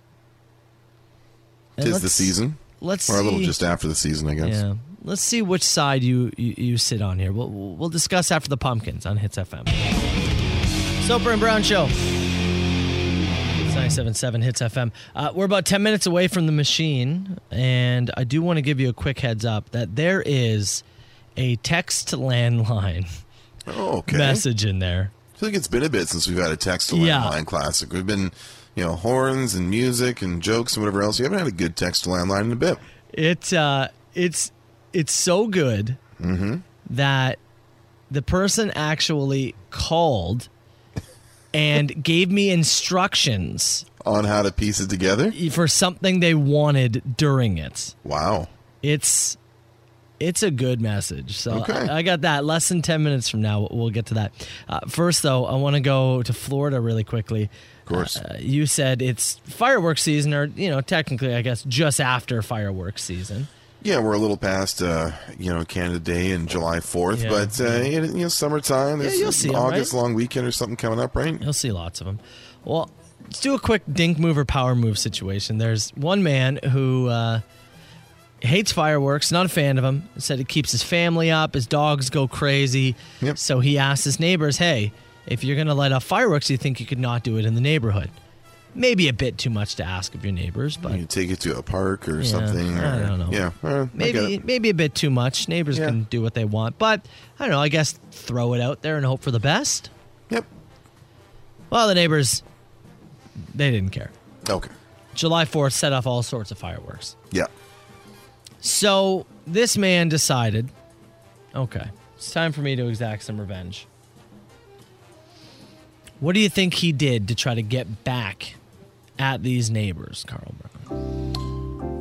S5: And
S6: Tis the
S5: let's-
S6: season,
S5: Let's
S6: or a
S5: see,
S6: little just after the season, I guess.
S5: yeah. Let's see which side you, you you sit on here. We'll we'll discuss after the pumpkins on Hits FM. Soper and Brown Show. It's 977 Hits FM. Uh, we're about 10 minutes away from the machine, and I do want to give you a quick heads up that there is a text landline
S6: Oh, okay.
S5: message in there.
S6: I feel like it's been a bit since we've had a text to
S5: Yeah.
S6: landline classic. We've been, you know, horns and music and jokes and whatever else. You haven't had a good text to landline in a bit.
S5: It uh, it's it's so good that the person actually called and gave me instructions
S6: On how to piece it together.
S5: for something they wanted during it.
S6: Wow.
S5: It's it's a good message. So
S6: Okay.
S5: I, I got that. Less than ten minutes from now, we'll get to that. Uh, first, though, I want to go to Florida really quickly. Of
S6: course.
S5: you said it's fireworks season, or you know, technically, I guess just after fireworks season.
S6: Yeah, we're a little past, uh, you know, Canada Day and July Fourth,
S5: Yeah. Mm-hmm.
S6: but uh, you know, summertime. There's
S5: you'll see
S6: an
S5: 'em, right?
S6: August long weekend or something coming up, right?
S5: You'll see lots of them. Well, let's do a quick dink move or power move situation. There's one man who uh, hates fireworks, not a fan of them. Said it keeps his family up, his dogs go crazy.
S6: Yep.
S5: So he asked his neighbors, "Hey, if you're gonna light off fireworks, do you think you could not do it in the neighborhood?" Maybe a bit too much to ask of your neighbors, but
S6: You take it to a park or something. Or,
S5: I don't know.
S6: Yeah, uh, I get
S5: maybe
S6: it.
S5: maybe a bit too much. Neighbors
S6: Yeah.
S5: can do what they want, but I don't know. I guess throw it out there and hope for the best.
S6: Yep.
S5: Well, the neighbors, they didn't care.
S6: Okay.
S5: July 4th set off all sorts of fireworks.
S6: Yeah.
S5: So this man decided, okay, it's time for me to exact some revenge. What do you think he did to try to get back at these neighbors, Carl Brown?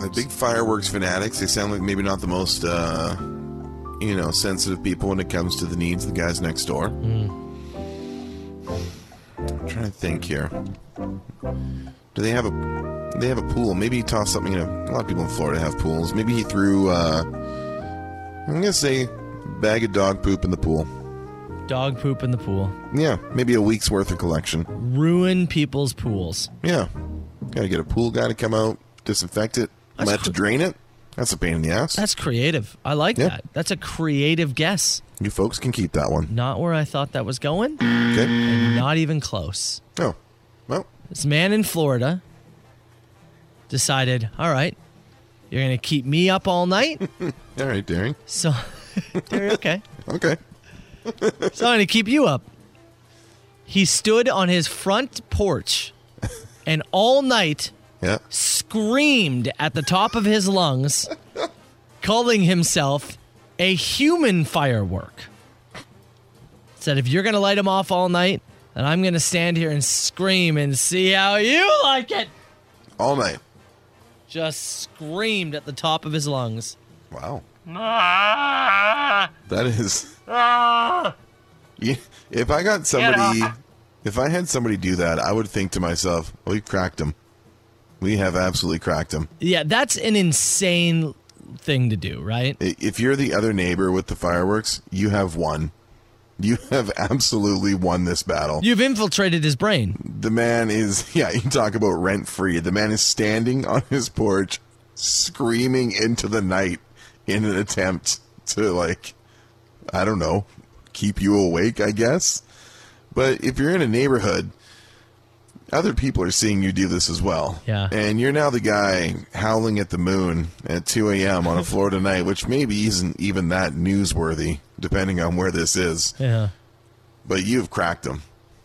S6: The big fireworks fanatics, they sound like maybe not the most, uh, you know, sensitive people when it comes to the needs of the guys next door. I'm trying to think here. Do they have a? They have a pool. Maybe he tossed something. in a, a lot of people in Florida have pools. Maybe he threw. Uh, I'm gonna say, bag of dog poop in the pool.
S5: Dog poop in the pool.
S6: Yeah, maybe a week's worth of collection.
S5: Ruin people's pools.
S6: Yeah, gotta get a pool guy to come out, disinfect it,
S5: That's
S6: might have to
S5: cr-
S6: drain it. That's a pain in the ass.
S5: That's creative. I like
S6: Yeah.
S5: that. That's a creative guess.
S6: you folks can keep that one.
S5: Not where I thought that was going.
S6: Okay.
S5: Not even close.
S6: Oh, well,
S5: This man in Florida decided, all right, you're going to keep me up all night.
S6: all right, Darren.
S5: So, okay.
S6: Okay.
S5: So I'm going to keep you up. He stood on his front porch and all night
S6: Yeah.
S5: screamed at the top of his lungs, calling himself a human firework. Said, if you're going to light him off all night, then I'm going to stand here and scream and see how you like it.
S6: All night.
S5: Just screamed at the top of his lungs.
S6: Wow. That is. Yeah, if I got somebody, if I had somebody do that, I would think to myself, "We cracked him. We have absolutely cracked him."
S5: Yeah, that's an insane thing to do, right?
S6: I- If you're the other neighbor with the fireworks, you have won. You have absolutely won this battle.
S5: You've infiltrated his brain.
S6: the man is, yeah, you talk about rent free. The man is standing on his porch, screaming into the night in an attempt to, like, I don't know, keep you awake, I guess. But if you're in a neighborhood, other people are seeing you do this as well.
S5: Yeah.
S6: And you're now the guy howling at the moon at 2 a.m. on a Florida night, which maybe isn't even that newsworthy, depending on where this is.
S5: Yeah.
S6: But you've cracked him.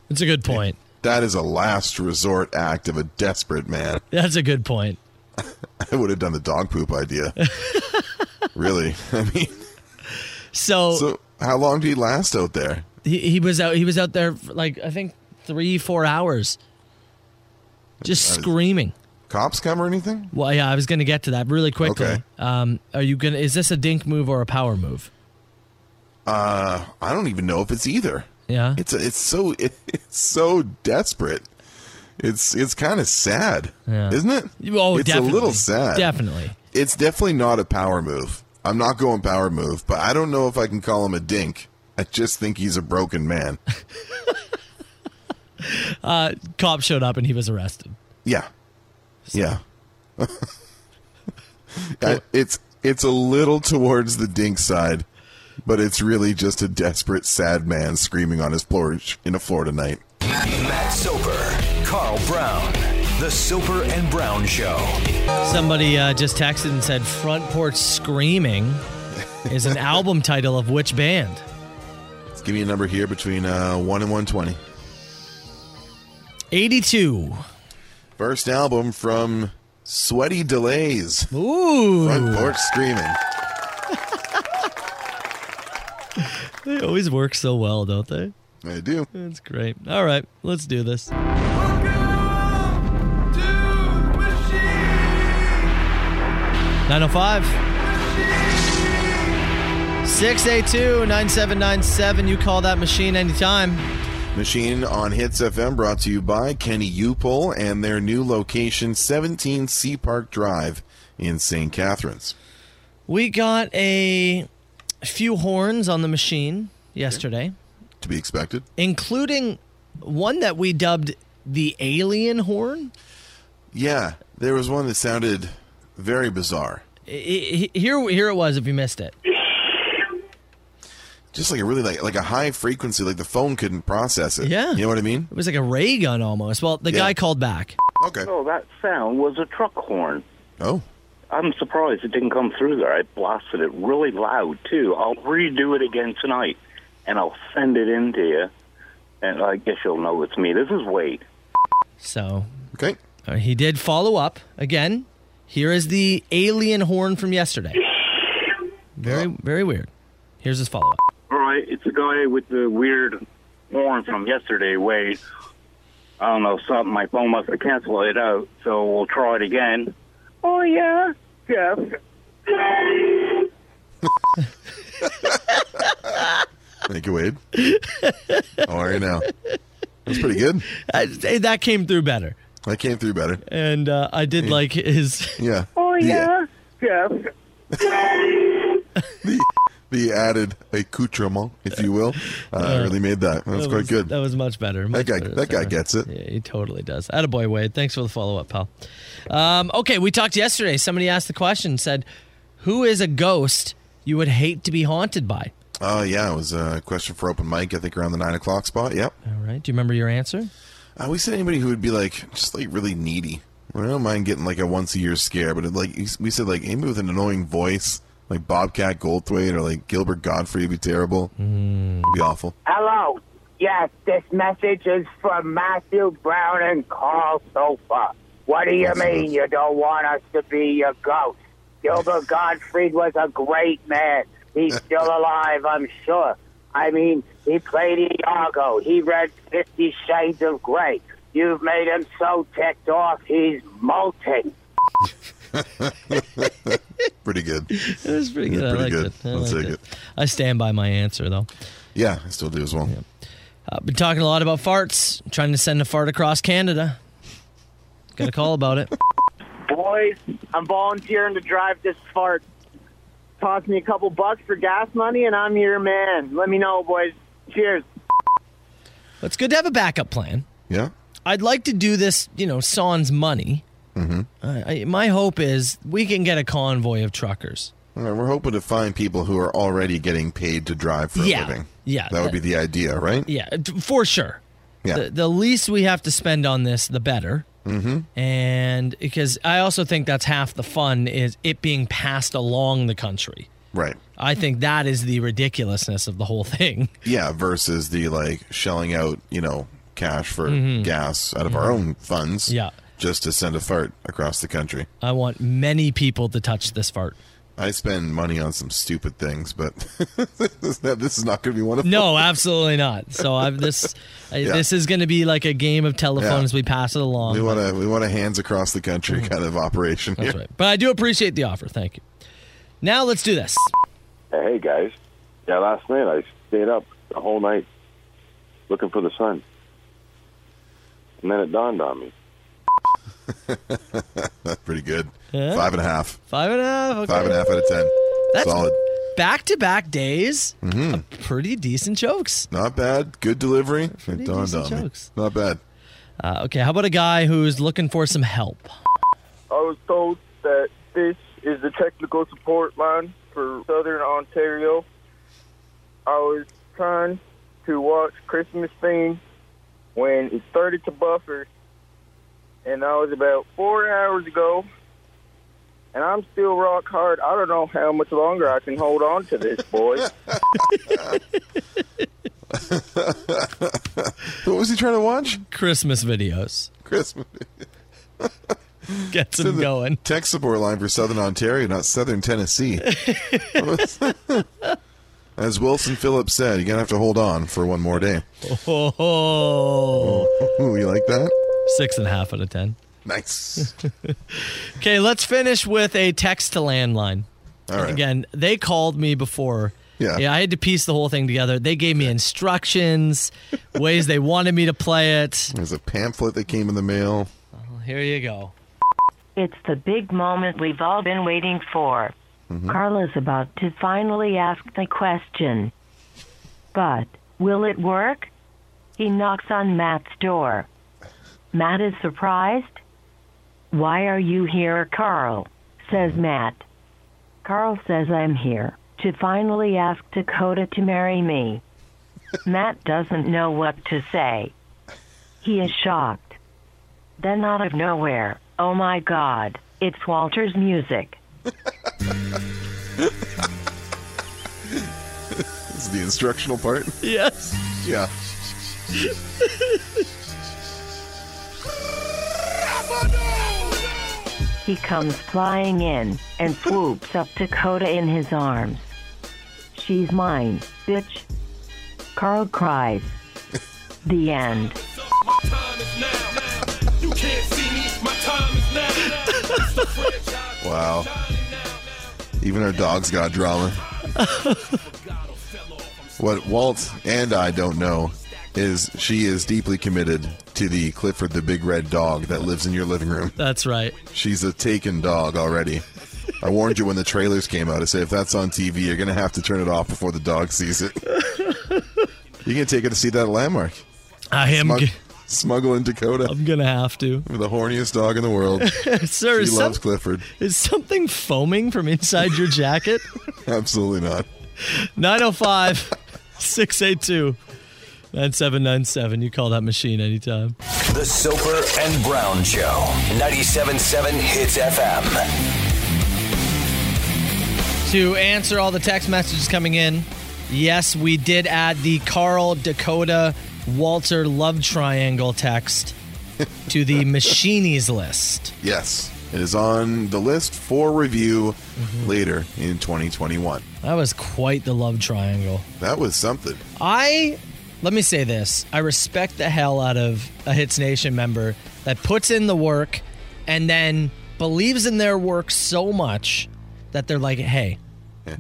S5: That's a good point.
S6: That is a last resort act of a desperate man.
S5: That's a good point.
S6: I would have done the dog poop idea. really? I mean,
S5: So,
S6: so how long did he last out there?
S5: he, he was out he was out there for like I think 3 4 hours. Just screaming.
S6: Cops come or anything?
S5: Well, yeah, I was going to get to that really quickly.
S6: Okay.
S5: Um are you going to is this a dink move or a power move?
S6: I don't even know if it's either.
S5: Yeah.
S6: It's a, it's so it, it's so desperate. It's it's kind of sad,
S5: Yeah.
S6: isn't it?
S5: oh,
S6: it's
S5: definitely.
S6: a little sad.
S5: Definitely.
S6: It's definitely not a power move. I'm not going power move, but I don't know if I can call him a dink. I just think he's a broken man.
S5: Uh, Cop showed up and he was arrested.
S6: Yeah. Yeah. I- it's it's a little towards the dink side, but it's really just a desperate sad man screaming on his porch in a Florida night.
S4: Matt Soper, Carl Brown, The Soper and Brown Show.
S5: Somebody uh, just texted and said front porch screaming is an album title of which band?
S6: Let's give me a number here between uh, 1 and 120.
S5: 82.
S6: First album from Sweaty Delays.
S5: Ooh.
S6: Front porch screaming.
S5: They always work so well, don't they?
S6: I do.
S5: That's great. All right, let's do this. Nine oh five. 682-9797. You call that machine anytime.
S6: Machine on Hits FM brought to you by Kenny Upol and their new location, 17 Sea Park Drive in St. Catharines.
S5: We got a few horns on the machine yesterday,
S6: To be expected.
S5: including one that we dubbed the alien horn.
S6: Yeah, there was one that sounded very bizarre.
S5: I- I- Here, here it was. If you missed it,
S6: Just like a really like like a high frequency, like the phone couldn't process it.
S5: Yeah.
S6: You know what I mean?
S5: it was like a ray gun almost. Well, the
S6: Yeah.
S5: guy called back.
S6: Okay.
S10: Oh, that sound was a truck horn.
S6: Oh.
S10: I'm surprised it didn't come through there. I blasted it really loud, too. I'll redo it again tonight, and I'll send it in to you. And I guess you'll know it's me. This is Wade.
S5: So
S6: Okay.
S5: Uh, He did follow up again. Here is the alien horn from yesterday. Very, very weird. Here's his follow up.
S10: All right, it's the guy with the weird horn from yesterday, Wade. I don't know, something. My phone must have canceled it out, so we'll try it again. Oh, yeah, Jeff.
S6: Thank you, Wade. How are you now? That's pretty good.
S5: That came through better.
S6: I came through better.
S5: and uh, I did like his.
S6: Yeah.
S9: Oh
S6: The-
S9: yeah, Jeff.
S6: The added accoutrement, if you will, uh, really made that. That's
S5: that
S6: quite
S5: was-
S6: good.
S5: That was much better. much
S6: That guy,
S5: better,
S6: that guy
S5: sorry.
S6: gets it.
S5: Yeah, he totally does. Attaboy, Wade. Thanks for the follow up, pal. Um, okay, we talked yesterday. Somebody asked the question, said, Who is a ghost you would hate to be haunted by?
S6: Oh yeah, it was a question for open mic. I think around the nine o'clock spot. Yep.
S5: All right. Do you remember your answer?
S6: Uh, we said anybody who would be like just like really needy. I don't mind getting like a once a year scare, but it, like we said, like anybody with an annoying voice, like Bobcat Goldthwait or like Gilbert Godfrey, would be terrible. It'd be awful.
S11: Hello. Yes, this message is from Matthew Brown and Carl Sofa. What do you
S6: That's
S11: mean
S6: enough.
S11: you don't want us to be your ghost? Gilbert Gottfried was a great man. He's still alive, I'm sure. I mean, he played Iago. He read Fifty Shades of Grey. You've made him so ticked off, he's molting.
S6: Pretty good.
S5: It was pretty good.
S6: Yeah, pretty
S5: I liked
S6: good.
S5: it. I
S6: I'll
S5: liked
S6: take it.
S5: I stand by my answer, though.
S6: Yeah, I still do as well.
S5: I've been talking a lot about farts, trying to send a fart across Canada. Got a call about it.
S12: Boys, I'm volunteering to drive this fart. Cost me a couple bucks for gas money, and I'm your man. Let me know, boys. Cheers.
S5: But It's good to have a backup plan.
S6: Yeah.
S5: I'd like to do this, you know, sans money.
S6: Mm-hmm.
S5: I, I, my hope is we can get a convoy of truckers.
S6: All right, we're hoping to find people who are already getting paid to drive for
S5: Yeah,
S6: a living.
S5: yeah,
S6: that would be the idea, right?
S5: Yeah, t- for sure.
S6: Yeah.
S5: The, the least we have to spend on this, the better.
S6: Mm-hmm.
S5: And because I also think that's half the fun is it being passed along the country.
S6: Right.
S5: I think that is the ridiculousness of the whole thing.
S6: Yeah, versus the like shelling out, you know, cash for
S5: Mhm.
S6: gas out of our own funds.
S5: Mm-hmm. Yeah.
S6: Just to send a fart across the country.
S5: I want many people to touch this fart.
S6: I spend money on some stupid things, but this is not going to be one of them.
S5: No, absolutely not. So I've this I,
S6: Yeah.
S5: this is going to be like a game of telephone
S6: Yeah.
S5: as we pass it along.
S6: We want to we want a hands across the country kind of operation.
S5: Mm-hmm. That's
S6: here.
S5: right. But I do appreciate the offer. Thank you. Now let's do this.
S13: Hey guys, yeah, last night I stayed up the whole night looking for the sun, and then it dawned on me.
S6: That's pretty good.
S5: Yeah.
S6: Five and a half.
S5: Five and a half. Okay.
S6: Five and a half out of ten.
S5: That's-
S6: Solid.
S5: Back to back days.
S6: Mhm.
S5: Pretty decent jokes.
S6: Not bad. Good delivery. It dawned
S5: decent
S6: on me.
S5: jokes.
S6: Not bad.
S5: Uh, okay, how about a guy who's looking for some help?
S14: I was told that this is the technical support line for Southern Ontario. I was trying to watch Christmas Theme when it started to buffer, and that was about four hours ago. And I'm still rock hard. I don't know how much longer I can hold on to this, boys.
S6: What was he trying to watch?
S5: Christmas videos.
S6: Christmas.
S5: Gets
S6: him
S5: going.
S6: Tech support line for Southern Ontario, not Southern Tennessee. As Wilson Phillips said, you're going to have to hold on for one more day.
S5: Oh,
S6: Ooh, you like that?
S5: six and a half out of ten.
S6: Nice.
S5: Okay, let's finish with a text to landline.
S6: All right.
S5: Again, they called me before.
S6: Yeah.
S5: yeah, I had to piece the whole thing together. They gave me instructions, ways they wanted me to play it.
S6: There's a pamphlet that came in the mail.
S5: Well, here you go.
S15: It's the big moment we've all been waiting for. Carla's about to finally ask the question. But will it work? He knocks on Matt's door. Matt is surprised. Why are you here, Carl? says Matt. Carl says I'm here to finally ask Dakota to marry me. Matt doesn't know what to say. He is shocked. Then out of nowhere, oh my god, it's Walter's music.
S6: This is the instructional part.
S5: Yes.
S6: Yeah.
S15: He comes flying in and swoops up Dakota in his arms. She's mine, bitch. Carl cries. The end.
S2: You can't see me. My time is now. It's the franchise.
S6: Wow. Even our dogs got drama. what Walt and I don't know is she is deeply committed to the Clifford the Big Red Dog that lives in your living room.
S5: That's right.
S6: She's a taken dog already. I warned you when the trailers came out. I said, if that's on TV, you're going to have to turn it off before the dog sees it. you can take her to see that at Landmark.
S5: I am.
S6: Smug- smuggle in Dakota.
S5: I'm going to have to.
S6: The horniest dog in the world.
S5: Sir,
S6: she
S5: is,
S6: loves
S5: some-
S6: Clifford.
S5: is something foaming from inside your jacket?
S6: Absolutely not.
S5: 905 682 9797. You call that machine anytime.
S4: The Soper and Brown Show. 97.7 Hits FM.
S5: To answer all the text messages coming in, yes, we did add the Carl Dakota Walter Love Triangle text to the Machinies list.
S6: Yes, it is on the list for review
S5: Mm-hmm.
S6: later in 2021.
S5: That was quite the love triangle.
S6: That was something.
S5: I let me say this. I respect the hell out of a Hits Nation member that puts in the work and then believes in their work so much that they're like, "Hey,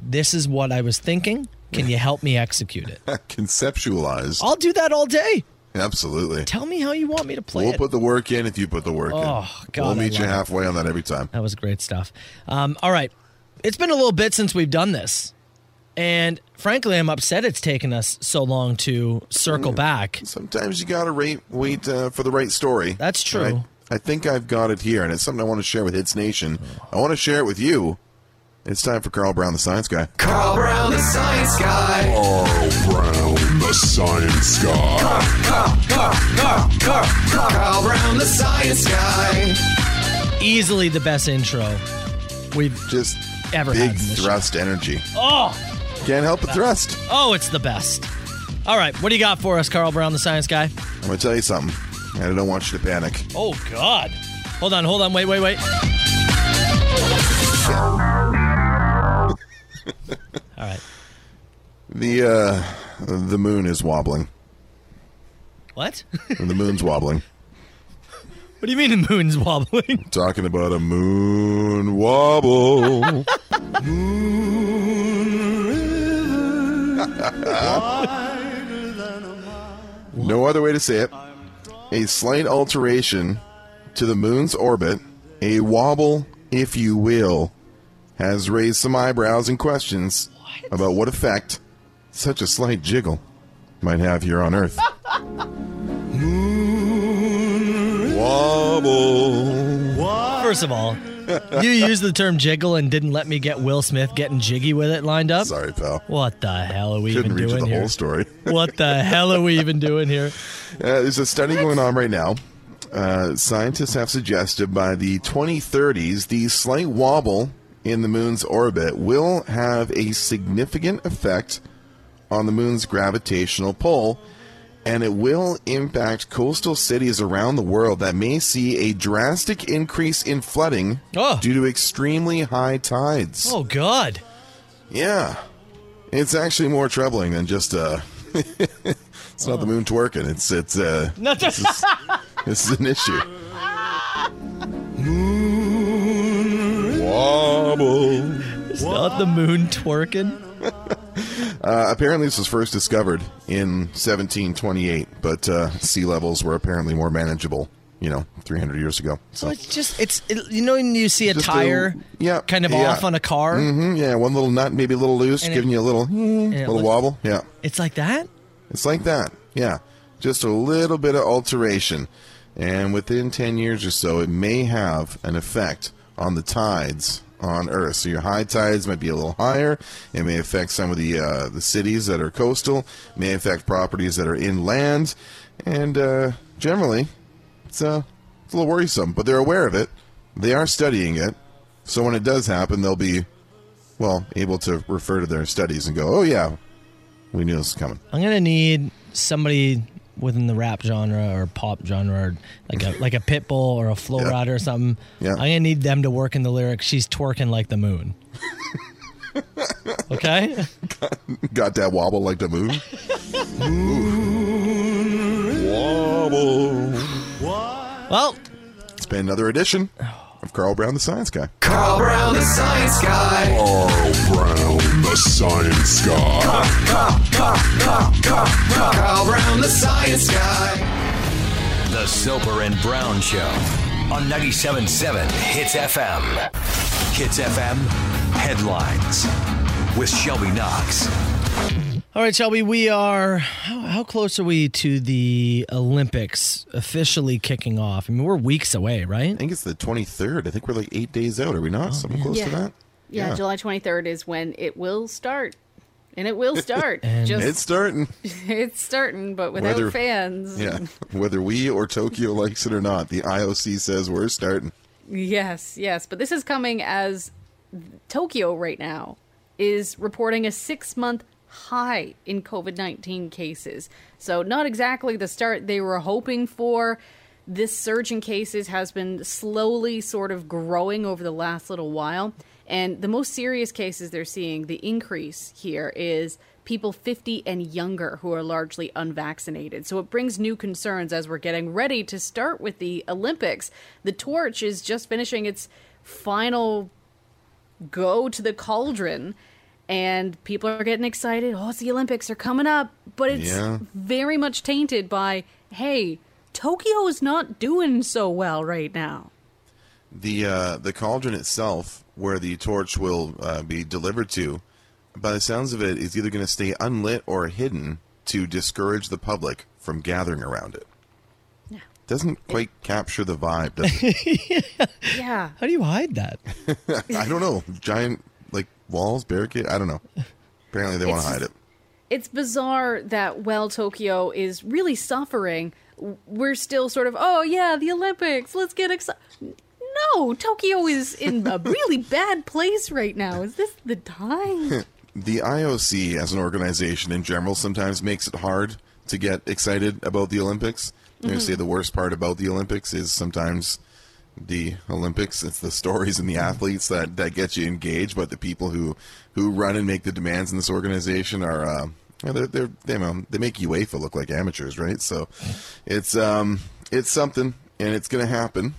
S5: this is what I was thinking. Can you help me execute it?"
S6: Conceptualized.
S5: I'll do that all day.
S6: Absolutely.
S5: Tell me how you want me to play
S6: We'll
S5: it.
S6: put the work in if you put the work in.
S5: Oh, God,
S6: we'll
S5: I
S6: meet you
S5: love it.
S6: halfway on that every time.
S5: That was great stuff. Um, all right. It's been a little bit since we've done this. And frankly, I'm upset it's taken us so long to
S6: Mm.
S5: circle back.
S6: Sometimes you got to wait, wait uh, for the right story.
S5: That's true.
S6: I, I think I've got it here, and it's something I want to share with Hits Nation. I want to share it with you. It's time for Carl Brown, the science guy.
S2: Carl Brown, the science guy.
S16: Carl Brown, the science guy.
S2: Carl, Carl, Carl, Carl, Carl, Carl Brown, the science guy.
S5: Easily the best intro we've
S6: just
S5: ever had.
S6: Big
S5: in this
S6: thrust energy.
S5: show. Oh,
S6: Can't help but thrust.
S5: oh, it's the best. All right. What do you got for us, Carl Brown, the science guy?
S6: I'm going to tell you something, and I don't want you to panic.
S5: Oh, God. Hold on. Hold on. Wait, wait, wait. All right.
S6: The uh, the moon is wobbling.
S5: What?
S6: The moon's wobbling.
S5: What do you mean the moon's wobbling?
S6: Talking about a moon wobble. no other way to say it. A slight alteration to the moon's orbit, a wobble, if you will, has raised some eyebrows and questions about what effect such a slight jiggle might have here on Earth. Wobble.
S5: First of all, you used the term jiggle and didn't let me get Will Smith getting jiggy with it lined up.
S6: Sorry, pal.
S5: What the hell are we
S6: Couldn't
S5: even
S6: reach
S5: doing
S6: the
S5: here?
S6: whole story.
S5: What the hell are we even doing here?
S6: Uh, there's a study going on right now. Uh, scientists have suggested by the 2030s, the slight wobble in the moon's orbit will have a significant effect on the moon's gravitational pull, and it will impact coastal cities around the world that may see a drastic increase in flooding
S5: Ah.
S6: due to extremely high tides.
S5: Oh God!
S6: Yeah, it's actually more troubling than just uh, it's not the moon twerking. It's it's uh,
S5: No,
S6: this is, this is an issue. Wobble.
S5: It's not the moon twerking.
S6: Uh, apparently, this was first discovered in 1728, but uh, sea levels were apparently more manageable. You know, 300 years ago.
S5: So
S6: So
S5: it's just it's it, you know when you see a
S6: Just a
S5: tire,
S6: little- yeah,
S5: kind of
S6: yeah.
S5: off on a car.
S6: hmm yeah, one little nut, maybe a little loose,
S5: And it-
S6: giving you a little hmm,
S5: and it
S6: little
S5: looks-
S6: wobble. Yeah.
S5: It's like that.
S6: It's like that. Yeah. Just a little bit of alteration. And within 10 years or so, it may have an effect on the tides on Earth. So your high tides might be a little higher. It may affect some of the, uh, the cities that are coastal, may affect properties that are inland. And uh, generally, it's, uh, it's a little worrisome, but they're aware of it. They are studying it. So when it does happen, they'll be, well, able to refer to their studies and go, oh, yeah, we knew this was coming.
S5: I'm gonna need somebody within the rap genre or pop genre, or like a like a pitbull or a flow
S6: Yeah.
S5: rider or something.
S6: Yeah.
S5: I'm gonna need them to work in the lyrics. She's twerking like the moon. okay.
S6: Got that wobble like the moon? wobble.
S5: Well,
S6: It's been another edition of Carl Brown, the Science Guy.
S2: Carl Brown, the science guy.
S16: Carl Brown, the science guy.
S4: Carl Brown, the science guy. The Soper and Brown Show on 97.7 Hits FM. Hits FM headlines with Shelby Knox.
S5: All right, Shelby, we are. How, how close are we to the Olympics officially kicking off? I mean, we're weeks away, right? I
S6: think it's the 23rd. I think we're like eight days out. Are we not? Something close to that?
S17: Yeah, July 23rd is when it will start. And it will start. Just
S6: it's starting.
S17: it's starting, but without
S6: Whether-
S17: fans.
S6: Yeah. Whether we or Tokyo likes it or not, the IOC says we're starting.
S17: Yes, yes. But this is coming as Tokyo right now is reporting a six month high in COVID 19 cases. So, not exactly the start they were hoping for. This surge in cases has been slowly sort of growing over the last little while. And the most serious cases they're seeing, the increase here is people 50 and younger who are largely unvaccinated. So it brings new concerns as we're getting ready to start with the Olympics. The torch is just finishing its final go to the cauldron and people are getting excited. Oh, it's the Olympics are coming up, but it's
S6: Yeah.
S17: very much tainted by hey, Tokyo is not doing so well right now.
S6: the uh, the cauldron itself, where the torch will uh, be delivered to, by the sounds of it, is either going to stay unlit or hidden to discourage the public from gathering around it. Doesn't quite capture the vibe, does it?
S17: Yeah.
S5: How do you hide that?
S6: I don't know. Giant like walls, barricade. I don't know. Apparently, they want
S17: It's
S6: to hide it.
S17: It's bizarre that while Tokyo is really suffering, w- we're still sort of, oh yeah, the Olympics, let's get excited. No, Tokyo is in a really bad place right now. Is this the time?
S6: the IOC as an organization in general sometimes makes it hard to get excited about the Olympics. They
S17: Mhm.
S6: say the worst part about the Olympics is sometimes the Olympics. It's the stories and the
S17: Mm-hmm.
S6: athletes that, that get you engaged, but the people who, who run and make the demands in this organization are uh, yeah, they're, they're they, um, they make UEFA look like amateurs, right? So it's um it's something, and it's gonna happen,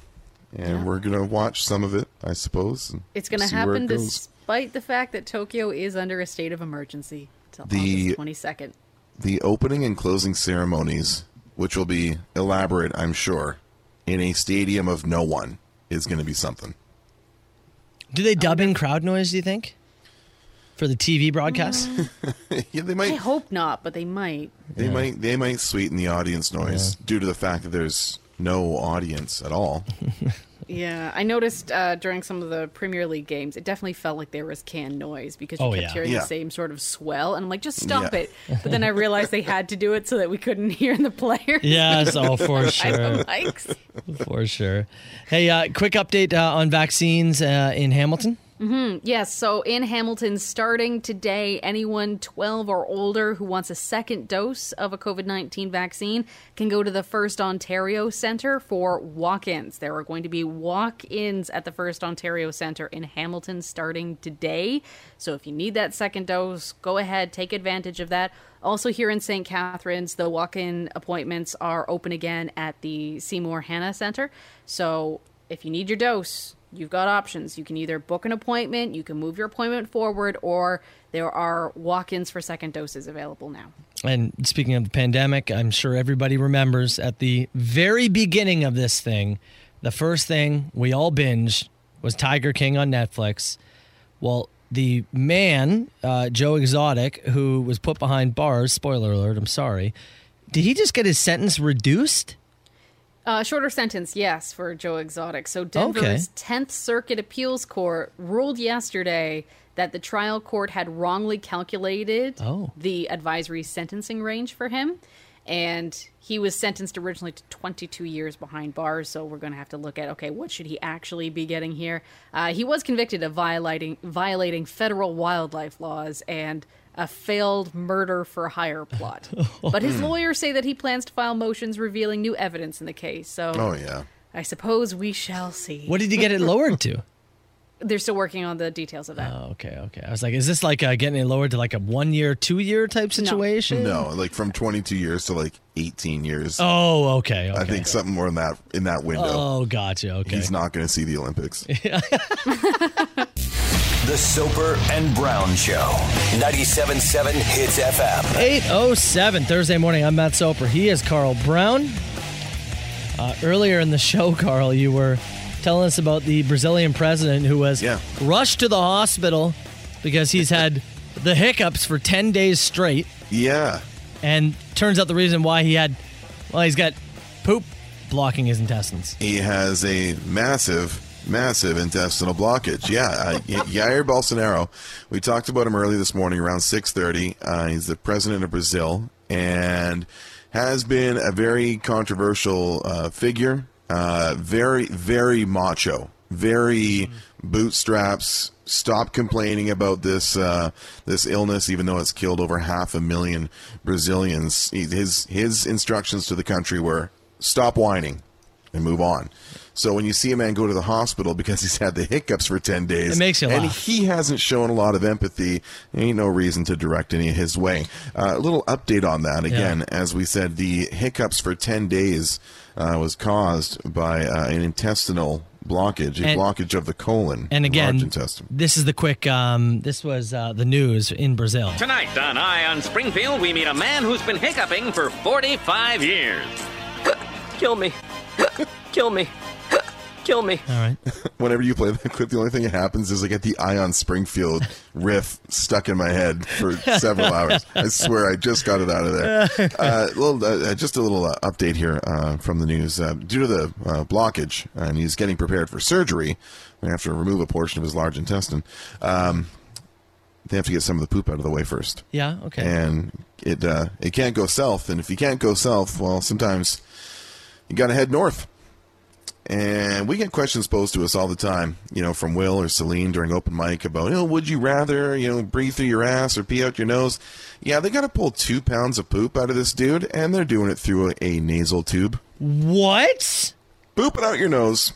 S6: and we're gonna watch some of it, I suppose. and
S17: It's going to
S6: see where
S17: happen
S6: it goes.
S17: despite the fact that Tokyo is under a state of emergency till
S6: The-
S17: August 22nd.
S6: the opening and closing ceremonies, which will be elaborate, I'm sure, in a stadium of no one, is going to be something.
S5: Do they dub in crowd noise? Do you think for the TV broadcast?
S6: yeah, they
S17: I hope not, but they might.
S6: They might they might sweeten the audience noise due to the fact that there's no audience at all.
S17: Yeah, I noticed uh, during some of the Premier League games, it definitely felt like there was canned noise because you
S6: Oh,
S17: kept
S6: yeah.
S17: hearing
S6: Yeah.
S17: the same sort of swell, and I'm like, just stop
S6: Yeah.
S17: it. But then I realized they had to do it so that we couldn't hear the players.
S5: Yes, oh, for
S17: I
S5: sure.
S17: don't like
S5: For sure. Hey, uh, quick update uh, on vaccines uh, in Hamilton.
S17: hmm Yes. So in Hamilton, starting today, anyone 12 or older who wants a second dose of a COVID 19 vaccine can go to the First Ontario Centre for walk ins. There are going to be walk ins at the First Ontario Centre in Hamilton starting today. So if you need that second dose, go ahead, take advantage of that. Also, here in St. Catharines, the walk in appointments are open again at the Seymour Hanna Centre. So if you need your dose, you've got options. You can either book an appointment, you can move your appointment forward, or there are walk ins for second doses available now.
S5: And speaking of the pandemic, I'm sure everybody remembers at the very beginning of this thing, the first thing we all binged was Tiger King on Netflix. Well, the man, uh, Joe Exotic, who was put behind bars, spoiler alert, I'm sorry, did he just get his sentence reduced?
S17: Uh, shorter sentence, yes, for Joe Exotic. So Denver's 10th Circuit Appeals Court ruled yesterday that the trial court had wrongly calculated
S5: Oh.
S17: the advisory sentencing range for him. And he was sentenced originally to 22 years behind bars. So we're going to have to look at okay, what should he actually be getting here? Uh, he was convicted of violating violating federal wildlife laws and a failed murder for hire plot. But his
S6: Hmm.
S17: lawyers say that he plans to file motions revealing new evidence in the case. So
S6: Oh yeah.
S17: I suppose we shall see.
S5: What did he get it lowered to?
S17: They're still working on the details of that.
S5: Oh, okay, okay. I was like, is this like uh, getting it lowered to like a one year, two year type situation?
S6: No, like from 22 years to like 18 years.
S5: Oh, okay.
S6: I think something more in that in that window.
S5: Oh, gotcha. Okay.
S6: He's not going to see the Olympics.
S4: The Soper and Brown Show. 97.7 Hits FM.
S5: 807 Thursday morning. I'm Matt Soper. He is Carl Brown. Uh, earlier in the show, Carl, you were telling us about the Brazilian president who was rushed to the hospital because he's had the hiccups for 10 days straight.
S6: Yeah.
S5: And turns out the reason why he had, well, he's got poop blocking his intestines.
S6: He has a massive, massive intestinal blockage. Yeah, uh, Jair Bolsonaro. We talked about him early this morning around 6:30. Uh, he's the president of Brazil and has been a very controversial uh, figure. Uh, very, very macho. Very bootstraps. Stop complaining about this uh, this illness, even though it's killed over half a million Brazilians. He- His his instructions to the country were stop whining and move on. So when you see a man go to the hospital because he's had the hiccups for ten days,
S5: It makes you
S6: and
S5: laugh.
S6: he hasn't shown a lot of empathy. There ain't no reason to direct any his way. Uh, a little update on that again, as we said, the hiccups for ten days uh, was caused by uh, an intestinal blockage, a
S5: And-
S6: blockage of the colon,
S5: And
S6: large
S5: again,
S6: intestine.
S5: this is the quick, um, this was uh, the news in Brazil.
S7: Tonight on Eye on Springfield, we meet a man who's been hiccuping for 45 years.
S8: Kill me. Kill me. Kill me.
S5: All right.
S6: Whenever you play that clip, the only thing that happens is I get the Ion Springfield riff stuck in my head for several hours. I swear, I just got it out of there. Uh, little, uh, just a little uh, update here uh, from the news. Uh, due to the uh, blockage, and he's getting prepared for surgery, they have to remove a portion of his large intestine. Um, they have to get some of the poop out of the way first.
S5: Yeah, okay.
S6: And it uh, it can't go south, and if you can't go south, well, sometimes you got to head north. And we get questions posed to us all the time, you know, from Will or Celine during open mic about, you know, would you rather, you know, breathe through your ass or pee out your nose? Yeah, they got to pull two pounds of poop out of this dude, and they're doing it through a, a nasal tube.
S5: What?
S6: Poop it out your nose.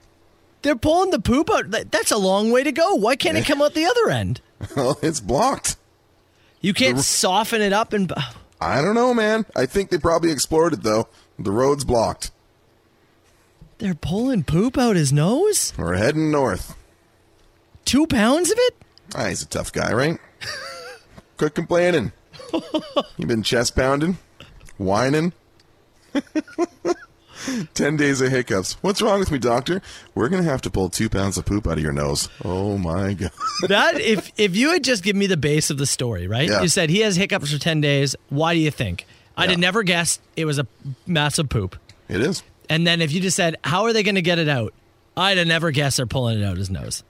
S5: They're pulling the poop out. That- That's a long way to go. Why can't it come out the other end?
S6: Well, it's blocked.
S5: You can't soften it up and.
S6: I don't know, man. I think they probably explored it, though. The road's blocked.
S5: They're pulling poop out his nose?
S6: We're heading north.
S5: Two pounds of it?
S6: Ah, he's a tough guy, right? Quit complaining. You've been chest pounding, whining. Ten days of hiccups. What's wrong with me, doctor? We're gonna have to pull two pounds of poop out of your nose. Oh my god.
S5: that if if you had just given me the base of the story, right?
S6: Yeah.
S5: You said he has hiccups for ten days. Why do you think? I'd have never guessed it was a massive poop.
S6: It is.
S5: And then if you just said, "How are they going to get it out?" I'd have never guessed they're pulling it out his nose.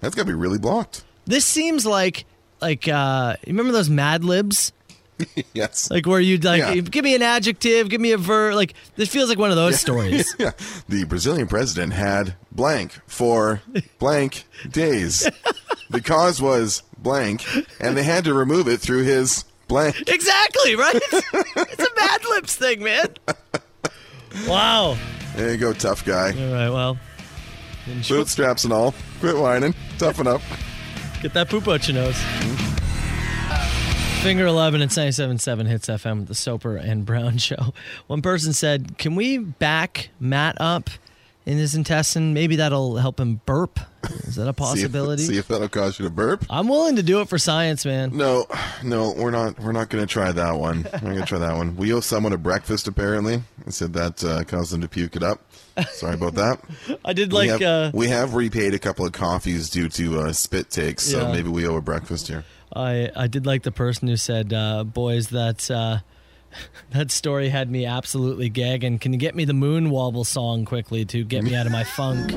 S6: That's gotta be really blocked.
S5: This seems like like uh you remember those Mad Libs?
S6: yes.
S5: Like where you'd like
S6: Yeah.
S5: give me an adjective, give me a verb. Like this feels like one of those
S6: Yeah.
S5: stories.
S6: Yeah. The Brazilian president had blank for blank days. the cause was blank, and they had to remove it through his blank.
S5: Exactly right. It's, it's a Mad Libs thing, man. Wow.
S6: There you go, tough guy.
S5: All right, well.
S6: Bootstraps and all. Quit whining. Toughen up.
S5: Get that poop out your nose. Finger 11 at 97.7 Hits FM with the Soper and Brown Show. One person said, Can we back Matt up in his intestine? Maybe that'll help him burp. Is that a possibility?
S6: See if, see if that'll cause you to burp.
S5: I'm willing to do it for science, man.
S6: No, no, we're not. We're not going to try that one. We're going to try that one. We owe someone a breakfast apparently, and said that uh, caused them to puke it up. Sorry about that.
S5: I did like.
S6: we have,
S5: uh,
S6: we have repaid a couple of coffees due to uh, spit takes, so
S5: Yeah.
S6: maybe we owe a breakfast here.
S5: I, I did like the person who said, uh, "Boys, that uh, that story had me absolutely gagging. Can you get me the Moon Wobble song quickly to get me out of my funk?"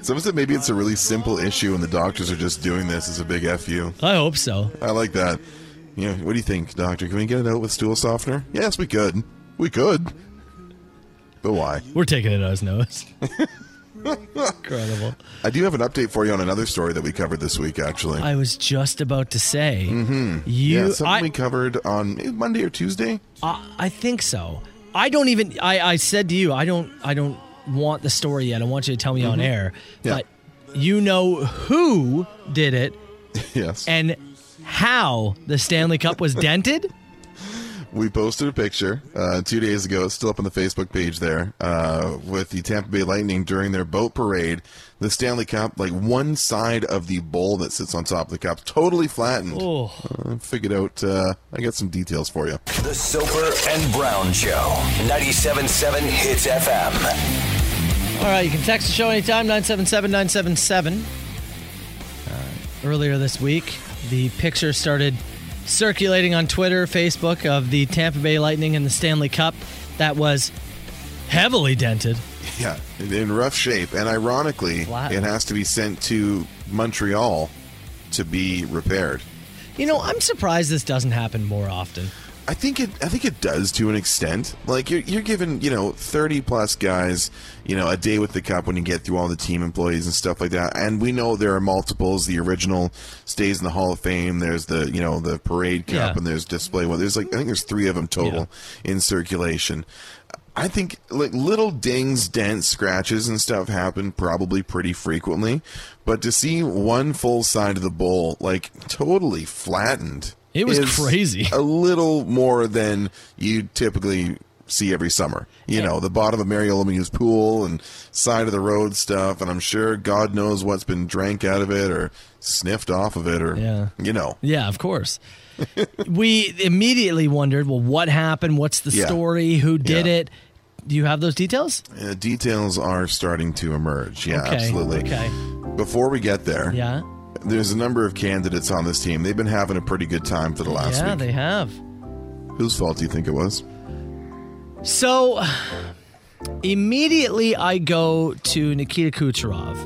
S6: Someone said maybe it's a really simple issue, and the doctors are just doing this as a big fu.
S5: I hope so.
S6: I like that. You know, what do you think, doctor? Can we get it out with stool softener? Yes, we could. We could. But why?
S5: We're taking it out his nose. Incredible.
S6: I do have an update for you on another story that we covered this week, actually.
S5: I was just about to say. Mm-hmm.
S6: yeah,
S5: Uh, You,
S6: something
S5: I,
S6: we covered on eh, Monday or Tuesday.
S5: I, I think so. I don't even. I, I said to you, I don't. I don't want the story yet. I want you to tell me on
S6: Mhm.
S5: air.
S6: Yeah.
S5: But you know who did it?
S6: Yes.
S5: And how the Stanley Cup was dented?
S6: we posted a picture uh, two days ago. It's still up on the Facebook page there uh, with the Tampa Bay Lightning during their boat parade. The Stanley Cup, like one side of the bowl that sits on top of the cup, totally flattened.
S4: Oh.
S6: Uh, figured out. Uh, I got some details for you.
S4: The Soper and Brown Show, 97.7 Hits FM.
S5: All right, you can text the show anytime, 977 977. Uh, Earlier this week, the picture started circulating on Twitter, Facebook of the Tampa Bay Lightning and the Stanley Cup that was heavily dented.
S6: Yeah, in- in rough shape, and ironically, it has to be sent to Montreal to be repaired.
S5: You know, I'm surprised this doesn't happen more often.
S6: I think it. I think it does to an extent. Like you're you're giving you know thirty plus guys you know a day with the cup when you get through all the team employees and stuff like that. And we know there are multiples. The original stays in the Hall of Fame. There's the you know the parade cup
S18: Yeah.
S6: and there's display one. There's like I think there's three of them total in circulation. I think like little dings, dents, scratches, and stuff happen probably pretty frequently, but to see one full side of the bowl like totally flattened,
S5: It was
S6: is
S5: crazy.
S6: A little more than you typically see every summer. You know, the bottom of Mary Olamine's pool and side of the road stuff, and I'm sure God knows what's been drank out of it or sniffed off of it, or
S5: Yeah.
S6: you know,
S5: Yeah, of course. we immediately wondered, well, what happened? What's the
S6: Yeah.
S5: story? Who did
S6: Yeah.
S5: it? Do you have those details?
S6: Uh, details are starting to emerge. Yeah,
S5: Okay,
S6: absolutely.
S5: okay.
S6: Before we get there,
S5: Yeah.
S6: there's a number of candidates on this team. They've been having a pretty good time for the last
S5: yeah,
S6: week.
S5: they have.
S6: Whose fault do you think it was?
S5: So immediately I go to Nikita Kucherov,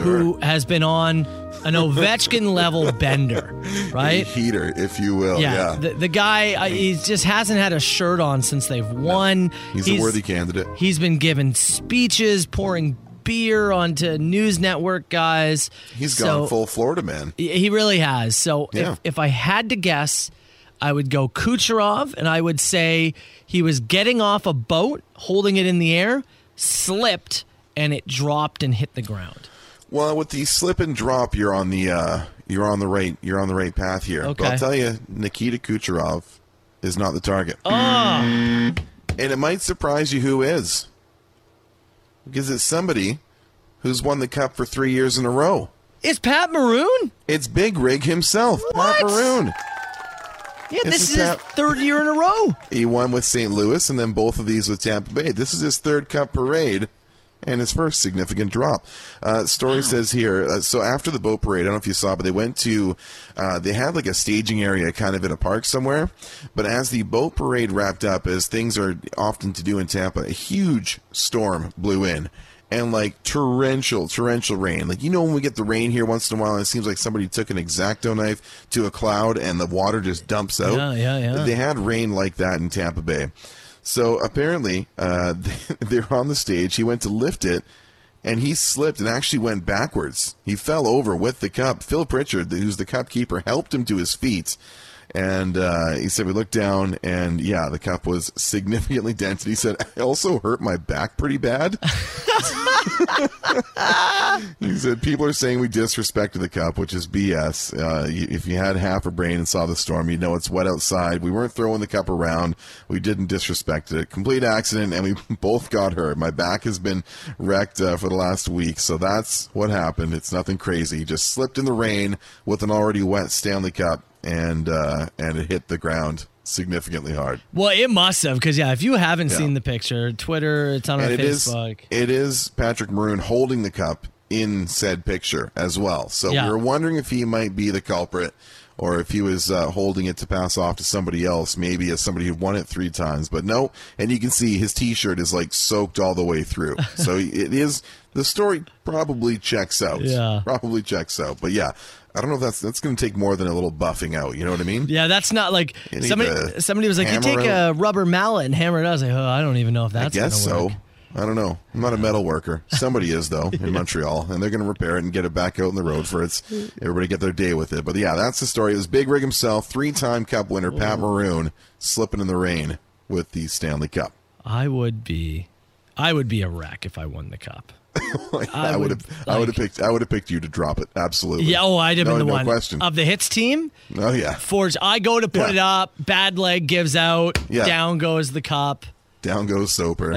S5: who has been on an Ovechkin level bender,
S6: A
S5: right?
S6: heater, if you will.
S5: yeah,
S6: Oh, Yeah.
S5: The, the guy I, he just hasn't had a shirt on since they've won.
S6: He's, a worthy candidate.
S5: He's been giving speeches, pouring beer onto news network guys.
S6: He's
S5: So-
S6: gone full Florida man.
S5: Y- He really has. So
S6: Yeah.
S5: if, if I had to guess, I would go Kucherov, and I would say he was getting off a boat, holding it in the air, slipped, and it dropped and hit the ground.
S6: Well, with the slip and drop, you're on the uh, you're on the right you're on the right path here. But
S5: Okay.
S6: I'll tell you, Nikita Kucherov is not the target.
S5: Oh,
S6: And it might surprise you who is. Because it's somebody who's won the cup for three years in a row.
S5: It's Pat Maroon?
S6: It's Big Rig himself, Pat Maroon.
S5: yeah,
S6: This
S5: this,
S6: is
S5: is his
S6: that-
S5: third year in a row.
S6: He won with St. Louis and then both of these with Tampa Bay. This is his third cup parade and his first significant drop. Uh, story says here uh, so after the boat parade, I don't know if you saw, but they went to, uh, they had like a staging area kind of in a park somewhere. But as the boat parade wrapped up, as things are often to do in Tampa, a huge storm blew in. And like torrential, torrential rain. Like you know when we get the rain here once in a while, and it seems like somebody took an exacto knife to a cloud, and the water just dumps out.
S5: Yeah, yeah, yeah.
S6: They had rain like that in Tampa Bay. So apparently, uh, they're on the stage. He went to lift it, and he slipped and actually went backwards. He fell over with the cup. Phil Pritchard, who's the cup keeper, helped him to his feet. And uh, he said, We looked down, and yeah, the cup was significantly dented. He said, I also hurt my back pretty bad. He said, "People are saying we disrespected the cup, which is BS. Uh, y- if you had half a brain and saw the storm, you'd know it's wet outside. We weren't throwing the cup around. We didn't disrespect it. Complete accident, and we both got hurt. My back has been wrecked uh, for the last week, so that's what happened. It's nothing crazy. Just slipped in the rain with an already wet Stanley Cup, and uh, and it hit the ground significantly hard.
S5: Well, it must have, because, yeah, if you haven't
S6: Yeah.
S5: seen the picture, Twitter, it's on our
S6: and it is
S5: Facebook.
S6: it is Patrick Maroon holding the cup in said picture as well. So
S5: Yeah.
S6: we were wondering if he might be the culprit, or if he was uh, holding it to pass off to somebody else, maybe as somebody who won it three times. But no, and you can see his T-shirt is like soaked all the way through. so it is the story probably checks out.
S5: Yeah.
S6: probably checks out. But yeah. I don't know if that's that's going to take more than a little buffing out. You know what I mean?
S5: Yeah, that's not like
S6: You need
S5: somebody.
S6: to
S5: Somebody was like, "You
S6: hammer
S5: take
S6: out."
S5: a rubber mallet and hammer it." out." I was like, "Oh, I don't even know if that's
S6: I guess
S5: gonna work."
S6: so. I don't know. I'm not a metal worker. Somebody is though in Montreal, and they're going to repair it and get it back out on the road for its
S5: Mm.
S6: everybody get their day with it. But yeah, that's the story. It was Big Rig himself, three-time Cup winner Pat Maroon, slipping in the rain with the Stanley Cup.
S5: I would be, I would be a wreck if I won the cup.
S6: Like, I would have. I would have picked. I would have picked you to drop it. Absolutely.
S5: Yeah, oh, I'd have
S6: no,
S5: been the
S6: no
S5: one Um,
S6: question.
S5: of the hits team.
S6: oh yeah.
S5: Forge. I go to put
S6: Yeah.
S5: it up. Bad leg gives out.
S6: Yeah.
S5: Down goes the cup.
S6: Down goes Soper.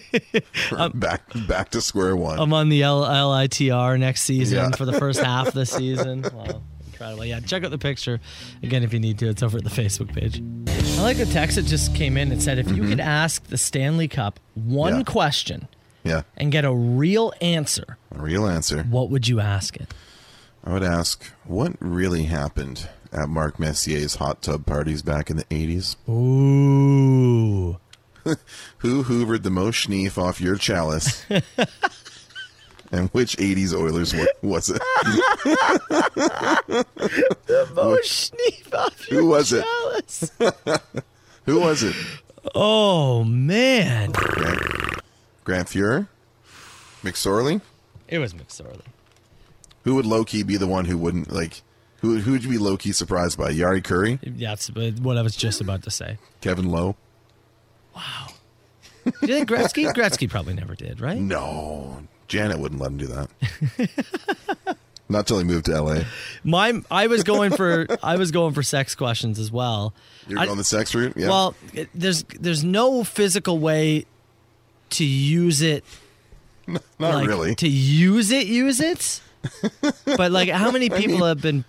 S6: back back to square one.
S5: I'm on the L- LITR next season
S6: Yeah.
S5: for the first half of the season. Wow, incredible. Yeah, check out the picture again if you need to. It's over at the Facebook page. I like the text that just came in. It said if you could ask the Stanley Cup one
S6: Mm-hmm. Yeah.
S5: question
S6: yeah.
S5: and get a real answer,
S6: A real answer.
S5: What would you ask it?
S6: I would ask, what really happened at Mark Messier's hot tub parties back in the 80s?
S5: Ooh.
S6: Who hoovered the most schneef off your chalice? and which 80s Oilers wa- was it?
S5: the most schneef off
S6: Who was it?
S5: Alice.
S6: Who was it?
S5: Oh man.
S6: Grant, Grant Fuhrer? McSorley?
S5: It was McSorley.
S6: Who would low key be the one who wouldn't like? Who who would you be low key surprised by? Yari Curry,
S5: That's what I was just about to say.
S6: Kevin Lowe.
S5: Do you think Gretzky? Gretzky probably never did, right?
S6: No, Janet wouldn't let him do that. Not till he moved to L.A.
S5: My I was going for I was going for sex questions as well.
S6: You're
S5: I-
S6: going the sex route. Yeah.
S5: Well, it- there's there's no physical way to use it.
S6: not
S5: like,
S6: really.
S5: To use it, use it. but like, how many
S6: I
S5: people
S6: mean,
S5: have been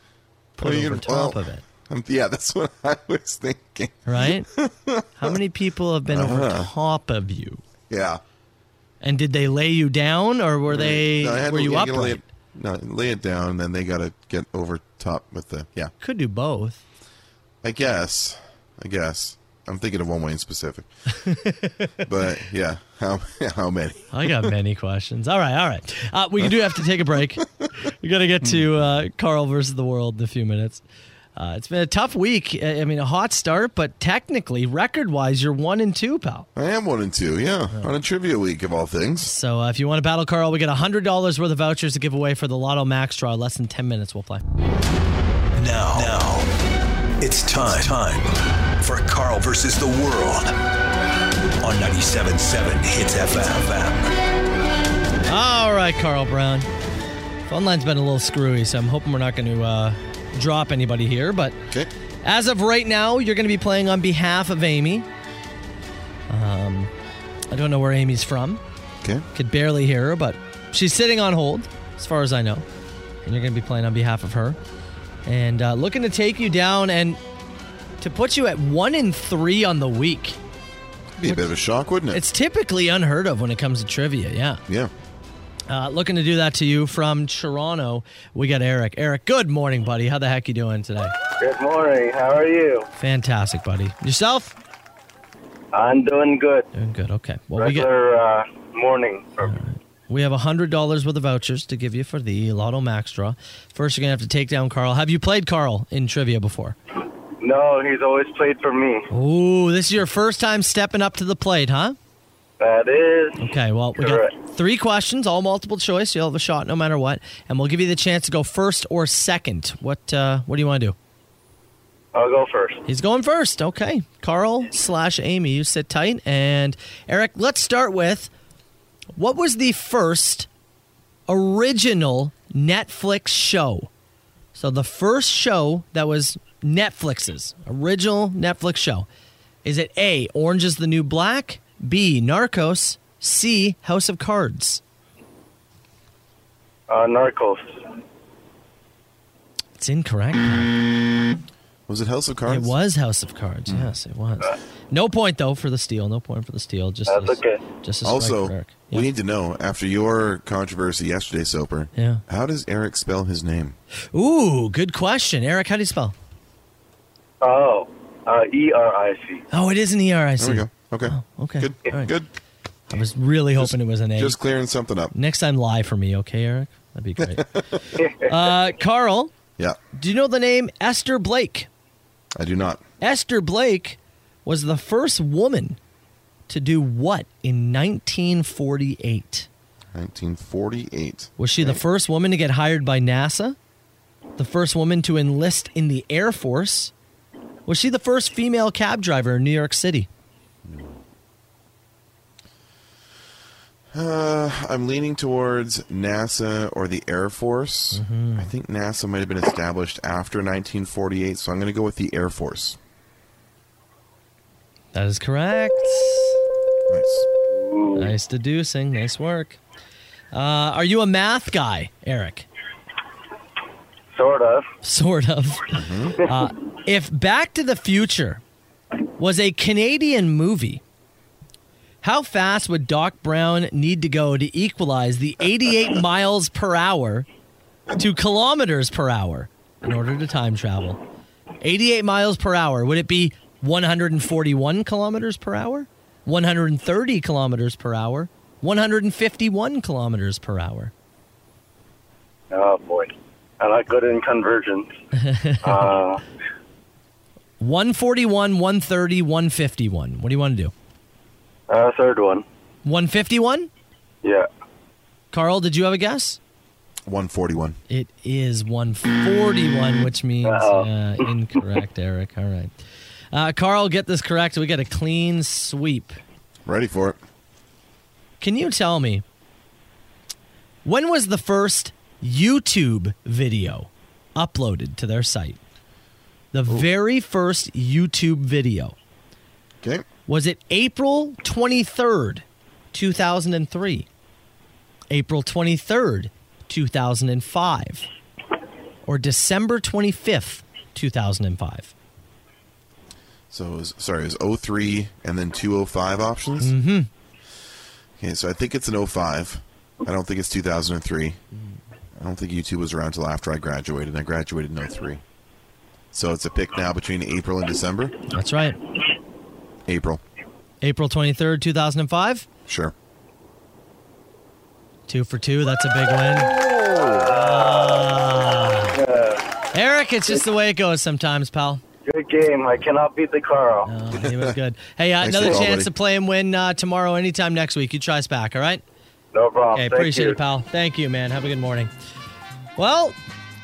S5: put
S6: What are
S5: over
S6: you gonna-
S5: top
S6: well,
S5: of it?
S6: um, yeah, that's what I was thinking.
S5: Right? how many people have been over
S6: Uh-huh.
S5: top of you?
S6: Yeah.
S5: And did they lay you down, or were they
S6: Mm, No, I had
S5: were
S6: to-
S5: you
S6: yeah,
S5: up?
S6: gotta Lay it, no, lay it down, and then they got to get over top with the. Yeah.
S5: Could do both.
S6: I guess. I guess. I'm thinking of one way in specific. but yeah, how how many?
S5: I got many questions. All right, all right. Uh, we do have to take a break. We got to get to uh, Carl versus the world in a few minutes. Uh, it's been a tough week. I I mean, a hot start, but technically, record-wise, you're one and two, pal.
S6: I am one and two. Yeah, on a trivia week of all things.
S5: So uh, if you want to battle Carl, we got hundred dollars worth of vouchers to give away for the Lotto Max draw. Less than ten minutes, we'll play.
S4: Now, now, it's time, time for Carl versus the world on 97.7 Hits FM.
S5: All right, Carl Brown. Phone line's been a little screwy, so I'm hoping we're not going to uh, drop anybody here. But as of right now, you're going to be playing on behalf of Amy. Um, I don't know where Amy's from.
S6: Okay.
S5: Could barely hear her, but she's sitting on hold, as far as I know. And you're going to be playing on behalf of her. And uh, looking to take you down and to put you at one in three on the week.
S6: Be a bit of a shock, wouldn't it?
S5: It's typically unheard of when it comes to trivia, yeah.
S6: Yeah.
S5: Uh, looking to do that to you from Toronto. We got Eric. Eric, good morning, buddy. How the heck you doing today?
S18: Good morning. How are you?
S5: Fantastic, buddy. Yourself?
S18: I'm doing good.
S5: Doing good. Okay. Well, we get
S18: Regular uh, morning.
S5: we have hundred dollars worth of vouchers to give you for the Lotto Max draw. First, you're gonna have to take down Carl. Have you played Carl in trivia before?
S18: No, he's always played for me.
S5: Ooh, this is your first time stepping up to the plate, huh?
S18: That is.
S5: Okay, well, we got three questions, all multiple choice. You'll have a shot no matter what, and we'll give you the chance to go first or second. What uh, What do you want to do?
S18: I'll go first.
S5: He's going first. Okay, Carl slash Amy, you sit tight, and Eric. Let's start with what was the first original Netflix show? So the first show that was Netflix's original Netflix show is it A. Orange is the New Black, B. Narcos, C. House of Cards.
S18: Uh, Narcos.
S5: It's incorrect. Was
S6: it House of Cards? Hmm.
S5: It was House of Cards. Yes, it was. No point though for the steal. No point for the steal. Just
S6: That's
S5: a,
S6: okay.
S5: Just a strike
S6: Also,
S5: for Eric.
S6: we need to know after your controversy yesterday, Soper.
S5: Yeah.
S6: How does Eric spell his name?
S5: Ooh, good question, Eric. How do you spell?
S18: Oh, uh, E R I C.
S5: Oh, it is an E R I
S6: There
S5: C.
S6: we go. Okay.
S5: Oh, okay.
S6: Good. Good.
S5: I was really hoping it was an A.
S6: Just clearing something up.
S5: Next time, lie for me, okay, Eric? That'd be great. uh, Carl,
S6: Yeah.
S5: do you know the name Esther Blake?
S6: I do not.
S5: Esther Blake was the first woman to do what in 1948?
S6: 1948.
S5: Was she the first woman to get hired by NASA? The first woman to enlist in the Air Force? Was she the first female cab driver in New York City?
S6: Uh, I'm leaning towards NASA or the Air Force. I think NASA might have been established after 1948, so I'm going to go with the Air Force.
S5: That is correct.
S6: Nice.
S5: Nice deducing. Nice work. Uh, are you a math guy, Eric?
S18: Sort of. Mm-hmm.
S5: Sort of. Uh, if Back to the Future was a Canadian movie, how fast would Doc Brown need to go to equalize the 88 miles per hour to kilometers per hour in order to time travel? 88 miles per hour. Would it be 141 kilometers per hour? 130 kilometers per hour? 151 kilometers per hour?
S18: Oh boy, I'm not good in convergence. uh,
S5: 141, 130, 151. What do you want to do?
S18: uh, third one.
S5: 151?
S18: Yeah.
S5: Carl, did you have a guess?
S6: 141.
S5: It is 141, which means uh, incorrect, Eric. All right. Uh, Carl, get this correct. We got a clean sweep.
S6: Ready for it.
S5: Can you tell me when was the first YouTube video uploaded to their site? The very first YouTube video.
S6: Okay.
S5: Was it April 23rd, 2003? April 23rd, 2005? Or December 25th, 2005?
S6: So it was, sorry, it was 03 and then 205 options.
S5: Mm-hmm.
S6: Okay, so I think it's an 05. I don't think it's 2003. I don't think YouTube was around till after I graduated. and I graduated in 03. So it's a pick now between April and December.
S5: That's right.
S6: April.
S5: April 23rd, 2005?
S6: Sure.
S5: Two for two. That's a big win. Ah. Eric, it's just the way it goes sometimes, pal. Uh,
S18: Good game. I cannot beat the Carl.
S5: He was good. Hey, uh,
S18: Thanks
S5: another
S18: for the call,
S5: chance
S18: buddy.
S5: to play and win uh, tomorrow, anytime next week. You try us back, all right?
S18: No problem.
S5: Okay,
S18: Thank
S5: appreciate
S18: you.
S5: it, pal. Thank you, man. Have a good morning. Well,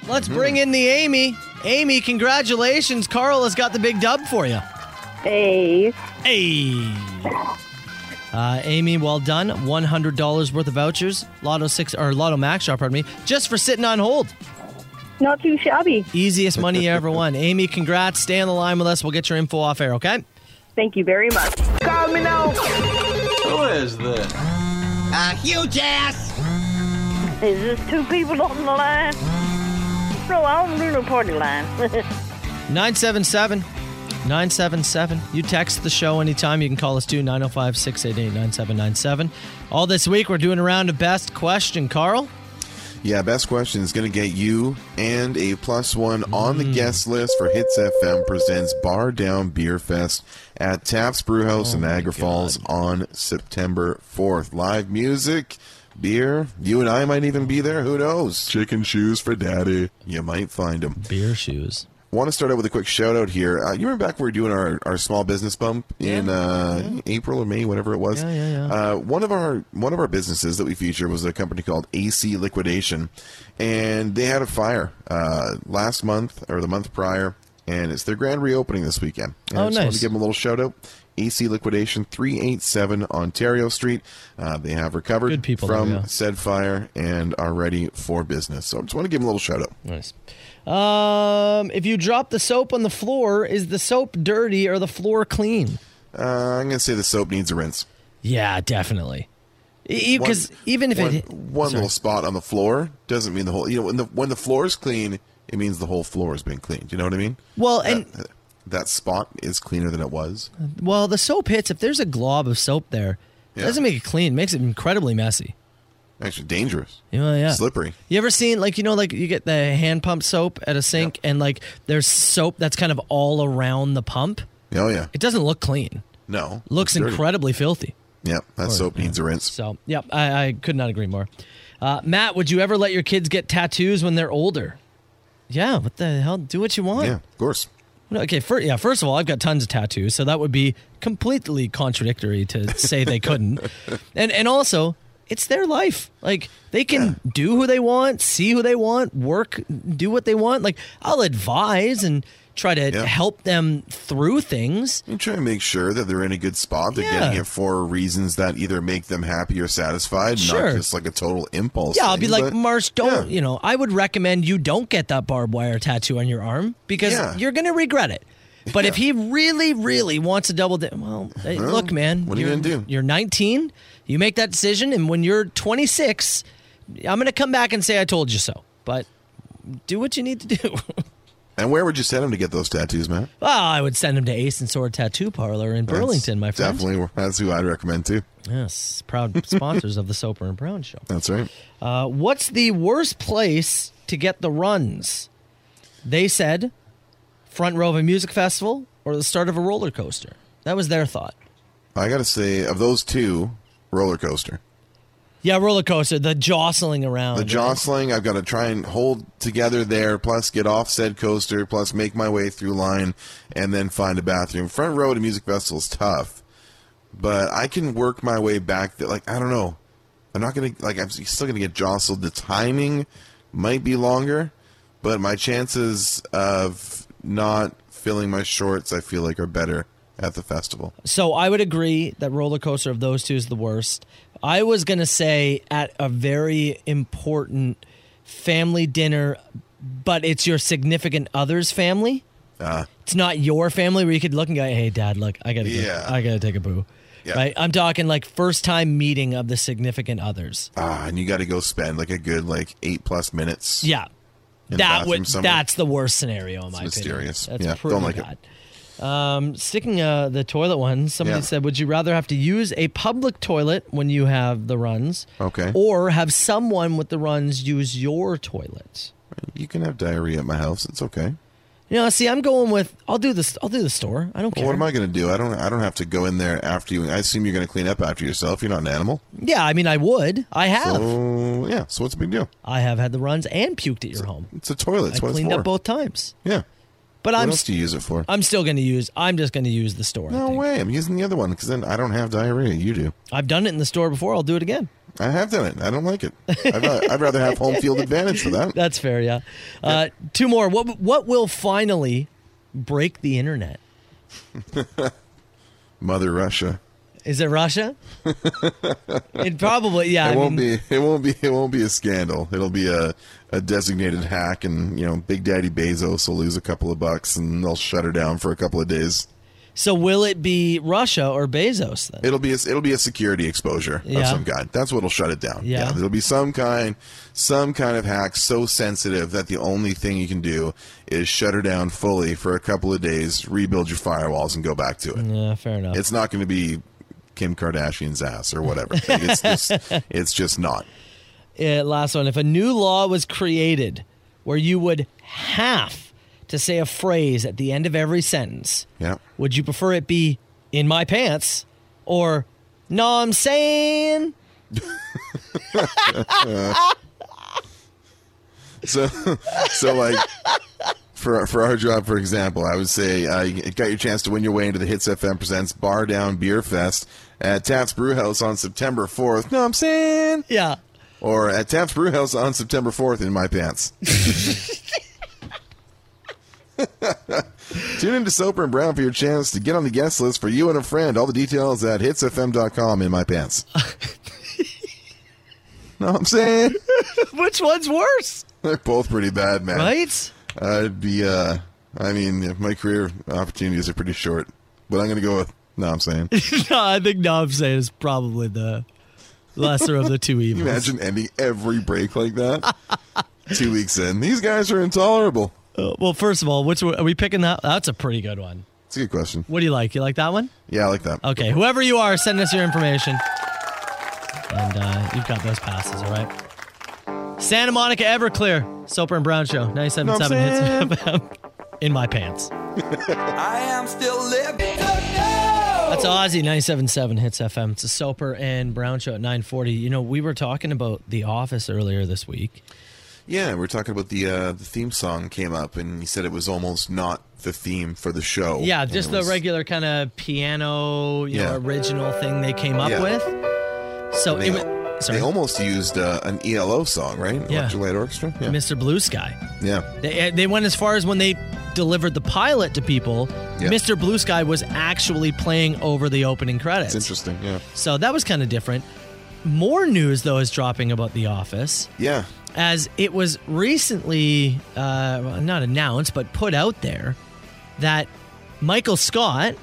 S5: let's
S18: Mm.
S5: bring in the Amy. Amy, congratulations. Carl has got the big dub for you.
S9: Hey.
S5: Hey. Uh, Amy, well done. $100 worth of vouchers. Lotto 6 or Lotto Max Shop, pardon me, just for sitting on hold.
S9: Not too shabby.
S5: Easiest money you ever won. Amy, congrats. Stay on the line with us. We'll get your info off air, okay?
S9: Thank you very much.
S2: Call me now.
S5: Who is this?
S2: A huge ass.
S9: Is this two people on the line? No, I'm doing a party line.
S5: 977 977. You text the show anytime. You can call us too, 905 688 9797. All this week, we're doing a round of best question, Carl.
S6: Yeah, best question is going to get you and a plus one on the guest list for Hits FM presents Bar Down Beer Fest at Taps Brew House in Niagara Falls on September 4th. Live music, beer. You and I might even be there. Who knows? Chicken shoes for daddy. You might find them.
S5: Beer shoes.
S6: Want to start out with a quick shout out here. Uh, you remember back we were doing our, our small business bump in uh, April or May, whatever it was.
S5: Yeah, yeah, yeah.
S6: Uh, one of our one of our businesses that we featured was a company called AC Liquidation, and they had a fire uh, last month or the month prior, and it's their grand reopening this weekend. And
S5: Oh,
S6: I just wanted
S5: nice.
S6: to give them a little shout out. AC Liquidation, three eight seven Ontario Street. Uh, they have recovered from
S5: there, yeah.
S6: said fire and are ready for business. So I just want to give them a little shout out.
S5: Nice. Um, if you drop the soap on the floor, is the soap dirty or the floor clean?
S6: Uh, I'm going to say the soap needs a rinse.
S5: Yeah, definitely. Because
S6: One-
S5: E, even if
S6: one,
S5: it
S6: one
S5: sorry.
S6: little spot on the floor doesn't mean the whole. You know, when the when the floor is clean, it means the whole floor has been cleaned. You know what I mean?
S5: Well, and
S6: That, that spot is cleaner than it was.
S5: well, the soap hits. If there's a glob of soap there, it
S6: Yeah.
S5: doesn't make it clean. It makes it incredibly messy.
S6: Actually, dangerous.
S5: Oh, yeah.
S6: Slippery.
S5: You ever seen like you know like you get the hand pump soap at a sink and like there's soap that's kind of all around the pump.
S6: Oh yeah.
S5: It doesn't look clean.
S6: No.
S5: Looks
S6: it's dirty.
S5: incredibly filthy.
S6: Yeah, that
S5: Or-
S6: soap needs a rinse.
S5: So yep, I, I could not agree more. Uh, Matt, would you ever let your kids get tattoos when they're older? Yeah. What the hell? Do what you want.
S6: Yeah, of course.
S5: Okay. Fir yeah. First of all, I've got tons of tattoos, so that would be completely contradictory to say they couldn't. And and also, it's their life. Like they can do who they want, see who they want, work, do what they want. Like I'll advise and try to help them through things.
S6: You try to make sure that they're in a good spot. They're
S5: Yeah.
S6: getting it for reasons that either make them happy or satisfied,
S5: Sure.
S6: not just like a total impulse.
S5: Yeah, I'll be
S6: thing,
S5: like,
S6: but-
S5: Mars, don't, you know, I would recommend you don't get that barbed wire tattoo on your arm because
S6: Yeah.
S5: you're going to regret it. But if he really, really wants to double down, well, hey,
S6: Well,
S5: look, man.
S6: what are you
S5: you're-
S6: gonna do?
S5: You're 19, you make that decision, and when you're 26, I'm going to come back and say, I told you so. But do what you need to do.
S6: and where would you send him to get those tattoos, Matt?
S5: well, I would send him to Ace and Sword Tattoo Parlor in Burlington,
S6: That's
S5: my friend.
S6: Definitely, that's who I'd recommend too.
S5: Yes, proud sponsors of the Soper and Brown Show.
S6: That's right.
S5: Uh, what's the worst place to get the runs? They said front row of a music festival or the start of a roller coaster. That was their thought.
S6: I got to say, of those two, roller coaster.
S5: Yeah, roller coaster, the jostling around.
S6: The
S5: right?
S6: jostling, I've got to try and hold together there, plus get off said coaster, plus make my way through line, and then find a bathroom. Front row at a music festival is tough, but I can work my way back. That like I don't know, I'm not gonna like I'm still gonna get jostled. The timing might be longer, but my chances of not filling my shorts, I feel like, are better at the festival.
S5: So I would agree that roller coaster of those two is the worst. I was going to say at a very important family dinner, but it's your significant other's family.
S6: Uh,
S5: it's not your family where you could look and go, "Hey, Dad, look, I gotta, get,
S6: Yeah.
S5: I gotta take a boo."
S6: Yeah.
S5: Right? I'm talking like first time meeting of the significant others.
S6: Ah, and you got to go spend like a good like eight plus minutes.
S5: Yeah,
S6: In the
S5: that
S6: bathroom
S5: would
S6: somewhere.
S5: that's the worst scenario in
S6: It's
S5: my
S6: mysterious.
S5: opinion.
S6: Yeah,
S5: That's pretty
S6: don't like it.
S5: bad. Um, sticking uh, the toilet one, somebody
S6: Yeah.
S5: said, "Would you rather have to use a public toilet when you have the runs,
S6: Okay.
S5: or have someone with the runs use your toilet?"
S6: You can have diarrhea at my house. It's okay.
S5: You know, see, I'm going with I'll do this. I'll do the store. I don't care.
S6: Well, what am I going to do? I don't. I don't have to go in there after you. I assume you're going to clean up after yourself. You're not an animal.
S5: Yeah, I mean, I would. I have.
S6: So yeah. So what's the big deal?
S5: I have had the runs and puked at your home.
S6: It's a toilet. It's
S5: I
S6: what it's
S5: cleaned
S6: for.
S5: up both times.
S6: Yeah,
S5: but
S6: what
S5: I'm
S6: else do you use it for?
S5: I'm still going to use. I'm just going to use the store.
S6: no way. I'm using the other one because then I don't have diarrhea. You do.
S5: I've done it in the store before. I'll do it again.
S6: I have done it. I don't like it. I'd, ra- I'd rather have home field advantage for that.
S5: That's fair. Yeah. Uh, Two more. What What will finally break the internet?
S6: Mother Russia.
S5: Is it Russia? it probably. Yeah.
S6: it
S5: I
S6: won't
S5: mean,
S6: be. It won't be. It won't be a scandal. It'll be a, a designated hack, and you know, Big Daddy Bezos will lose a couple of bucks, and they'll shut her down for a couple of days.
S5: So will it be Russia or Bezos then?
S6: It'll be a, it'll be a security exposure of
S5: Yeah.
S6: some kind. That's what'll shut it down.
S5: Yeah.
S6: there'll be some kind some kind of hack so sensitive that the only thing you can do is shut her down fully for a couple of days, rebuild your firewalls, and go back to it.
S5: Yeah. Fair enough.
S6: It's not going to be Kim Kardashian's ass or whatever. Like, it's just it's just not.
S5: Uh, last one. If a new law was created where you would have to say a phrase at the end of every sentence,
S6: Yeah.
S5: Would you prefer it be in my pants or no I'm saying?
S6: So, so like for for our job, for example, I would say uh, you got your chance to win your way into the Hits FM presents Bar Down Beer Fest at Taft's Brewhouse on September fourth. No, I'm saying
S5: yeah.
S6: Or at Taft's Brewhouse on September fourth in my pants. Tune in to Soper and Brown for your chance to get on the guest list for you and a friend. All the details at hitsfm.com in my pants. know what I'm saying?
S5: Which one's worse?
S6: They're both pretty bad, man.
S5: Right?
S6: I'd be, uh, I mean, if my career opportunities are pretty short, but I'm going to go with, no, I'm saying.
S5: no, I think no I'm saying is probably the lesser of the two
S6: Can you
S5: evils.
S6: Imagine ending every break like that. Two weeks in. These guys are intolerable.
S5: Uh, well, first of all, which one- are we picking that? That's a pretty good one.
S6: It's a good question.
S5: What do you like? You like that one?
S6: Yeah, I like that.
S5: Okay, whoever you are, send us your information. And uh, you've got those passes, all right? Santa Monica Everclear, Soper and Brown Show, 97.7 hits FM. in my pants.
S2: I am still living.
S5: That's Ozzy 97.7 Hits FM. It's a Soper and Brown show at 940. You know, we were talking about The Office earlier this week.
S6: Yeah, we were talking about the uh, the theme song came up, and he said it was almost not the theme for the show.
S5: yeah,
S6: And
S5: just
S6: it
S5: the
S6: was-
S5: regular kind of piano, you
S6: Yeah.
S5: know, original thing they came up
S6: Yeah.
S5: with. So
S6: They,
S5: it was, sorry,
S6: they almost used uh, an ELO song, right?
S5: Yeah.
S6: Electric Light Orchestra. Yeah.
S5: Mr. Blue Sky.
S6: yeah.
S5: They, they went eh, as far as when they delivered the pilot to people,
S6: Yeah.
S5: Mr. Blue Sky was actually playing over the opening credits.
S6: It's interesting. Yeah.
S5: So that was kind of different. More news, though, is dropping about The Office.
S6: Yeah.
S5: As it was recently, uh, well, not announced, but put out there that Michael Scott,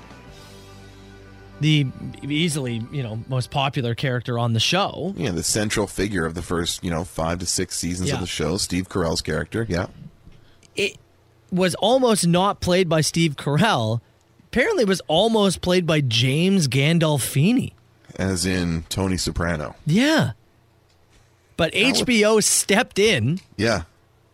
S5: the easily, you know, most popular character on the show,
S6: Yeah, the central figure of the first, you know, five to six seasons
S5: Yeah.
S6: of the show, Steve Carell's character. Yeah.
S5: it was almost not played by Steve Carell. Apparently, it was almost played by James Gandolfini.
S6: As in Tony Soprano.
S5: Yeah. But HBO stepped in
S6: Yeah.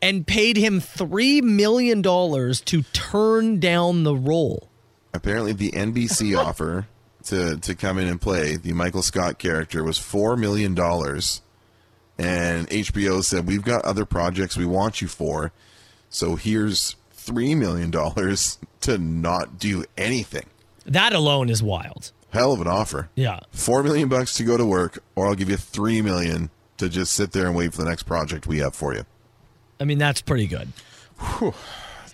S5: and paid him $3 million to turn down the role.
S6: Apparently, the NBC offer to to come in and play the Michael Scott character was four million dollars, and HBO said we've got other projects we want you for, so here's three million dollars to not do anything.
S5: That alone is wild.
S6: Hell of an offer.
S5: Yeah.
S6: Four million bucks to go to work, or I'll give you three million to just sit there and wait for the next project we have for you.
S5: I mean, that's pretty good.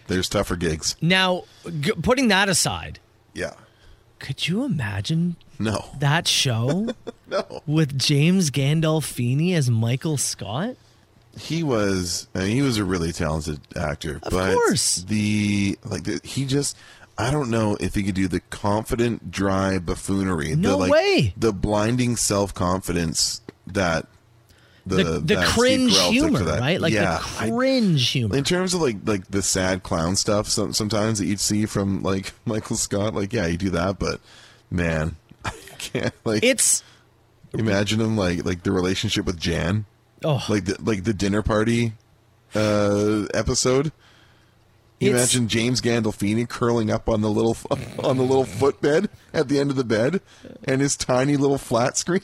S6: There's tougher gigs.
S5: Now, g- putting that aside,
S6: Yeah.
S5: could you imagine
S6: No.
S5: that show
S6: no.
S5: with James Gandolfini as Michael Scott?
S6: he was I mean, he was a really talented actor of but
S5: course.
S6: the like the, he just i don't know if he could do the confident dry buffoonery the
S5: No
S6: like
S5: way.
S6: the blinding self-confidence that the,
S5: The, the,
S6: that Steve
S5: cringe
S6: Carell took to
S5: humor,
S6: that.
S5: right? Like
S6: yeah, I-
S5: the cringe humor.
S6: in terms of like like the sad clown stuff some, sometimes that you'd see from like michael scott like yeah you do that but man i can't like
S5: it's
S6: imagine him like like the relationship with jan
S5: Oh.
S6: like the like the dinner party uh episode Can you
S5: It's-
S6: imagine James Gandolfini curling up on the little on the little footbed at the end of the bed, and his tiny little flat screen.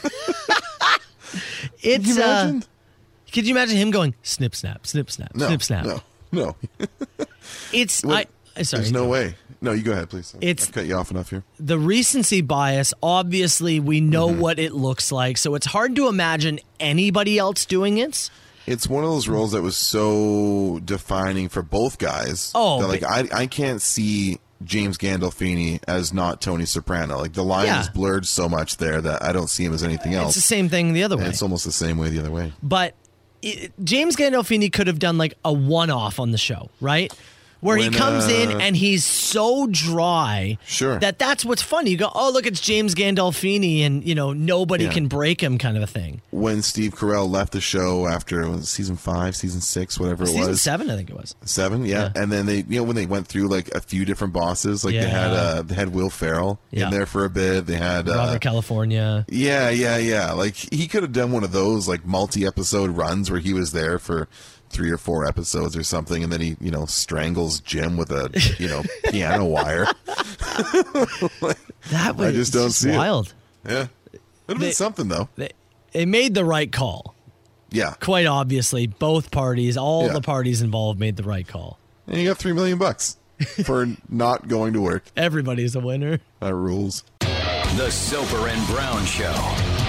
S5: It's
S6: you
S5: uh,
S6: imagine?
S5: could you imagine him going snip snap snip snap
S6: No,
S5: snip snap?
S6: no, no.
S5: It's
S6: Wait,
S5: I, I sorry.
S6: There's no way. No, you go ahead, please.
S5: It's-
S6: I cut you off enough here.
S5: the recency bias. Obviously, we know
S6: Mm-hmm.
S5: what it looks like, so it's hard to imagine anybody else doing it.
S6: It's one of those roles that was so defining for both guys.
S5: Oh,
S6: that, like I, I can't see James Gandolfini as not Tony Soprano. Like the line
S5: Yeah.
S6: is blurred so much there that I don't see him as anything
S5: It's
S6: else.
S5: the same thing the other
S6: And
S5: way.
S6: it's almost the same way the other way.
S5: But it, James Gandolfini could have done like a one-off on the show, right? Where
S6: When,
S5: he comes
S6: uh,
S5: in and he's so dry
S6: Sure.
S5: that that's what's funny. You go, oh look, it's James Gandolfini, and you know nobody
S6: Yeah.
S5: can break him, kind of a thing.
S6: When Steve Carell left the show after was it season five, season six, whatever it
S5: Season
S6: was,
S5: seven, I think it was.
S6: Seven, yeah. And then they, you know, when they went through like a few different bosses, like they had
S5: Yeah.
S6: uh, they had Will Ferrell
S5: Yeah.
S6: in there for a bit. They had uh,
S5: Robert California.
S6: Yeah, yeah, yeah. Like he could have done one of those like multi-episode runs where he was there for three or four episodes or something, and then he, you know, strangles Jim with a, you know, piano wire.
S5: That was
S6: I just don't see it.
S5: wild.
S6: Yeah, it'd have been something though.
S5: They, they made the right call.
S6: Yeah,
S5: Quite obviously, both parties, all
S6: Yeah.
S5: the parties involved, made the right call.
S6: and you got three million bucks for not going to work.
S5: Everybody's a winner.
S6: That rules.
S4: The Soper and Brown Show.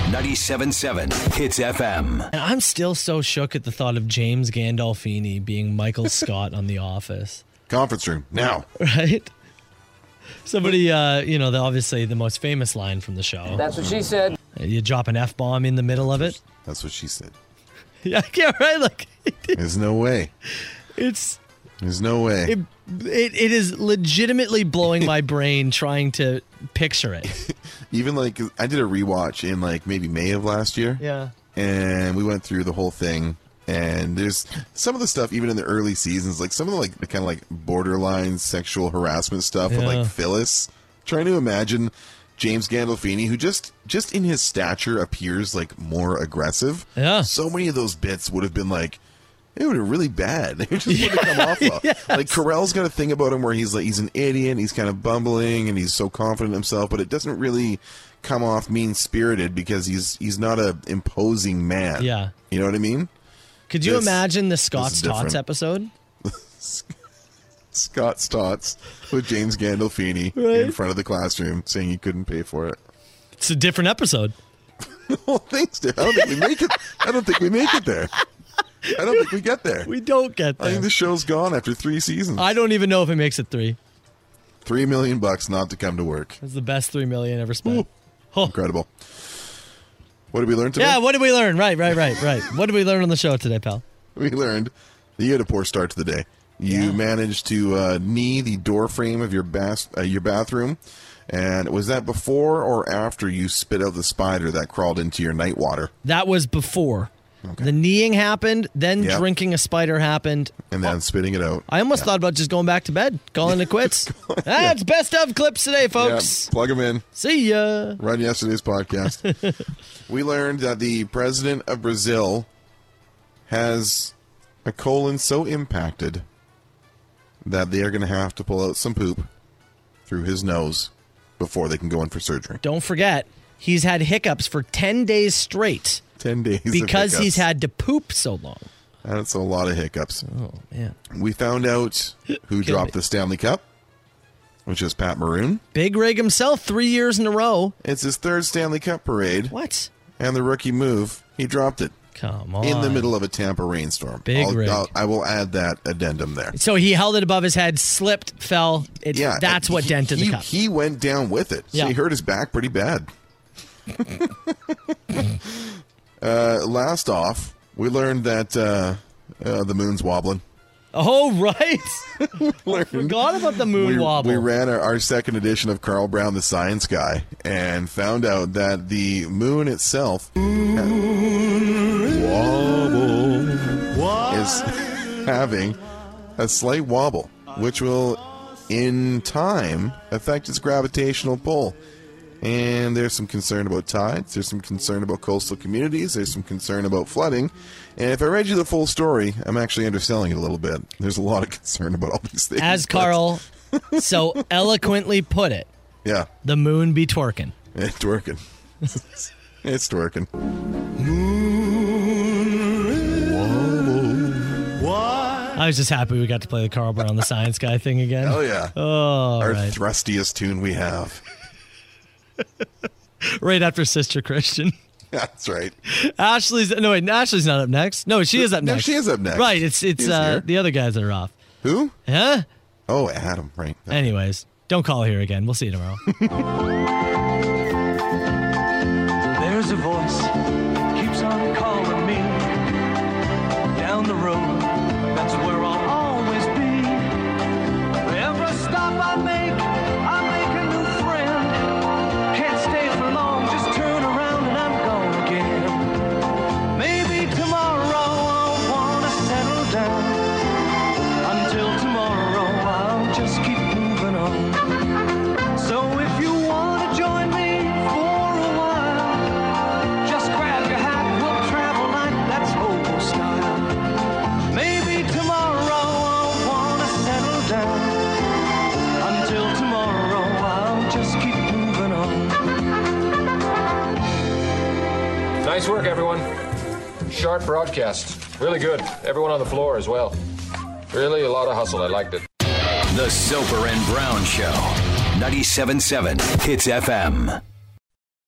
S4: 97.7 Hits FM.
S5: And I'm still so shook at the thought of James Gandolfini being Michael Scott on The Office,
S6: Conference room now.
S5: right? Somebody, uh, you know, the, obviously the most famous line from the show.
S8: That's what she said.
S5: You drop an f bomb in the middle of it.
S6: That's what she said.
S5: Yeah, yeah, right. Like
S6: There's no way.
S5: it's
S6: There's no way.
S5: it, it, it is legitimately blowing my brain trying to picture it.
S6: Even like I did a rewatch in like maybe May of last year.
S5: Yeah.
S6: and we went through the whole thing and there's some of the stuff even in the early seasons like some of the like the kind of like borderline sexual harassment stuff with
S5: Yeah.
S6: like phyllis trying to imagine james gandolfini who just just in his stature appears like more aggressive
S5: yeah
S6: so many of those bits would have been like it would have really bad. It just wouldn't come off well. Like Carell's got a thing about him where he's like he's an idiot, and he's kind of bumbling, and he's so confident in himself, but it doesn't really come off mean spirited because he's he's not a imposing man.
S5: Yeah.
S6: you know what I mean.
S5: Could you
S6: This-
S5: imagine the
S6: this is
S5: Scott's Tots
S6: different.
S5: episode?
S6: Scott Stotts with James Gandolfini in
S5: Right.
S6: front of the classroom saying he couldn't pay for it.
S5: It's a different episode.
S6: well, thanks, dude. I don't think we make it. I don't think we make it there. I don't think we get there.
S5: We don't get
S6: I think the show's gone after three seasons.
S5: I don't even know if it makes it three.
S6: Three million bucks not to come to work.
S5: That's the best three million ever spent.
S6: Incredible. What did we learn today?
S5: Yeah, what did we learn? Right, right, right, right. what did we learn on the show today, pal?
S6: we learned that you had a poor start to the day. You managed to uh, knee the door frame of your bas- uh, your bathroom, and was that before or after you spit out the spider that crawled into your night water?
S5: That was before. The kneeing happened, then
S6: Yep.
S5: drinking a spider happened.
S6: And then spitting it out.
S5: I almost thought about just going back to bed, calling it quits. That's best of clips today, folks.
S6: Yeah, plug them in.
S5: See ya.
S6: Run yesterday's podcast. we learned that the president of Brazil has a colon so impacted that they are going to have to pull out some poop through his nose before they can go in for surgery.
S5: Don't forget, he's had hiccups for 10 days straight
S6: 10 days. of
S5: because
S6: hiccups.
S5: he's had to poop so long.
S6: That's a lot of hiccups.
S5: Oh, man.
S6: We found out who dropped the Stanley Cup, which is Pat Maroon.
S5: Big Rig himself, three years in a row.
S6: It's his third Stanley Cup parade.
S5: What?
S6: And the rookie move, he dropped it.
S5: Come
S6: In the
S5: on.
S6: middle of a Tampa rainstorm.
S5: Big
S6: I'll,
S5: Rig.
S6: I'll, I will add that addendum there.
S5: So he held it above his head, slipped, fell. It,
S6: Yeah,
S5: that's what
S6: he-
S5: dented
S6: he-
S5: the cup.
S6: He went down with it. So
S5: Yeah.
S6: he hurt his back pretty bad. uh, last off, we learned that uh, uh, the moon's wobbling.
S5: Oh, right. I forgot about the moon
S6: we,
S5: wobble.
S6: we ran our, our second edition of Carl Brown, the Science Guy, and found out that the moon itself ha- is having a slight wobble, which will, in time, affect its gravitational pull. And there's some concern about tides. There's some concern about coastal communities. There's some concern about flooding. And if I read you the full story, I'm actually underselling it a little bit. There's a lot of concern about all these things.
S5: As
S6: but-
S5: Carl so eloquently put it,
S6: yeah,
S5: the moon be twerking.
S6: it's working. it's working.
S5: I was just happy we got to play the Carl Brown the Science Guy thing again.
S6: Oh yeah.
S5: Oh,
S6: Our
S5: right.
S6: thrustiest tune we have.
S5: right after Sister Christian.
S6: That's right.
S5: Ashley's no wait, Ashley's not up next. No, she is up
S6: No,
S5: next.
S6: she is up next.
S5: Right, it's it's
S6: She's
S5: uh,
S6: here.
S5: the other guys that are off.
S6: Who?
S5: Huh?
S6: Oh, Adam. Right.
S5: Anyways, don't call here again. We'll see you tomorrow.
S2: There's a voice keeps on calling me down the road. That's where I'll always be. Every stop I make, I make a new friend. Can't stay for long, just turn around and I'm gone again. Maybe tomorrow I'll wanna settle down. Until tomorrow I'll just keep moving on. So if you wanna join me for a while. Just grab your hat, we'll travel like that's old style. Maybe tomorrow I'll wanna settle down. Until tomorrow I'll just keep moving on.
S19: Nice work, everyone. Sharp broadcast. Really good. Everyone on the floor as well. Really a lot of hustle. I liked it.
S4: The Soper and Brown Show. 97.7 Hits FM.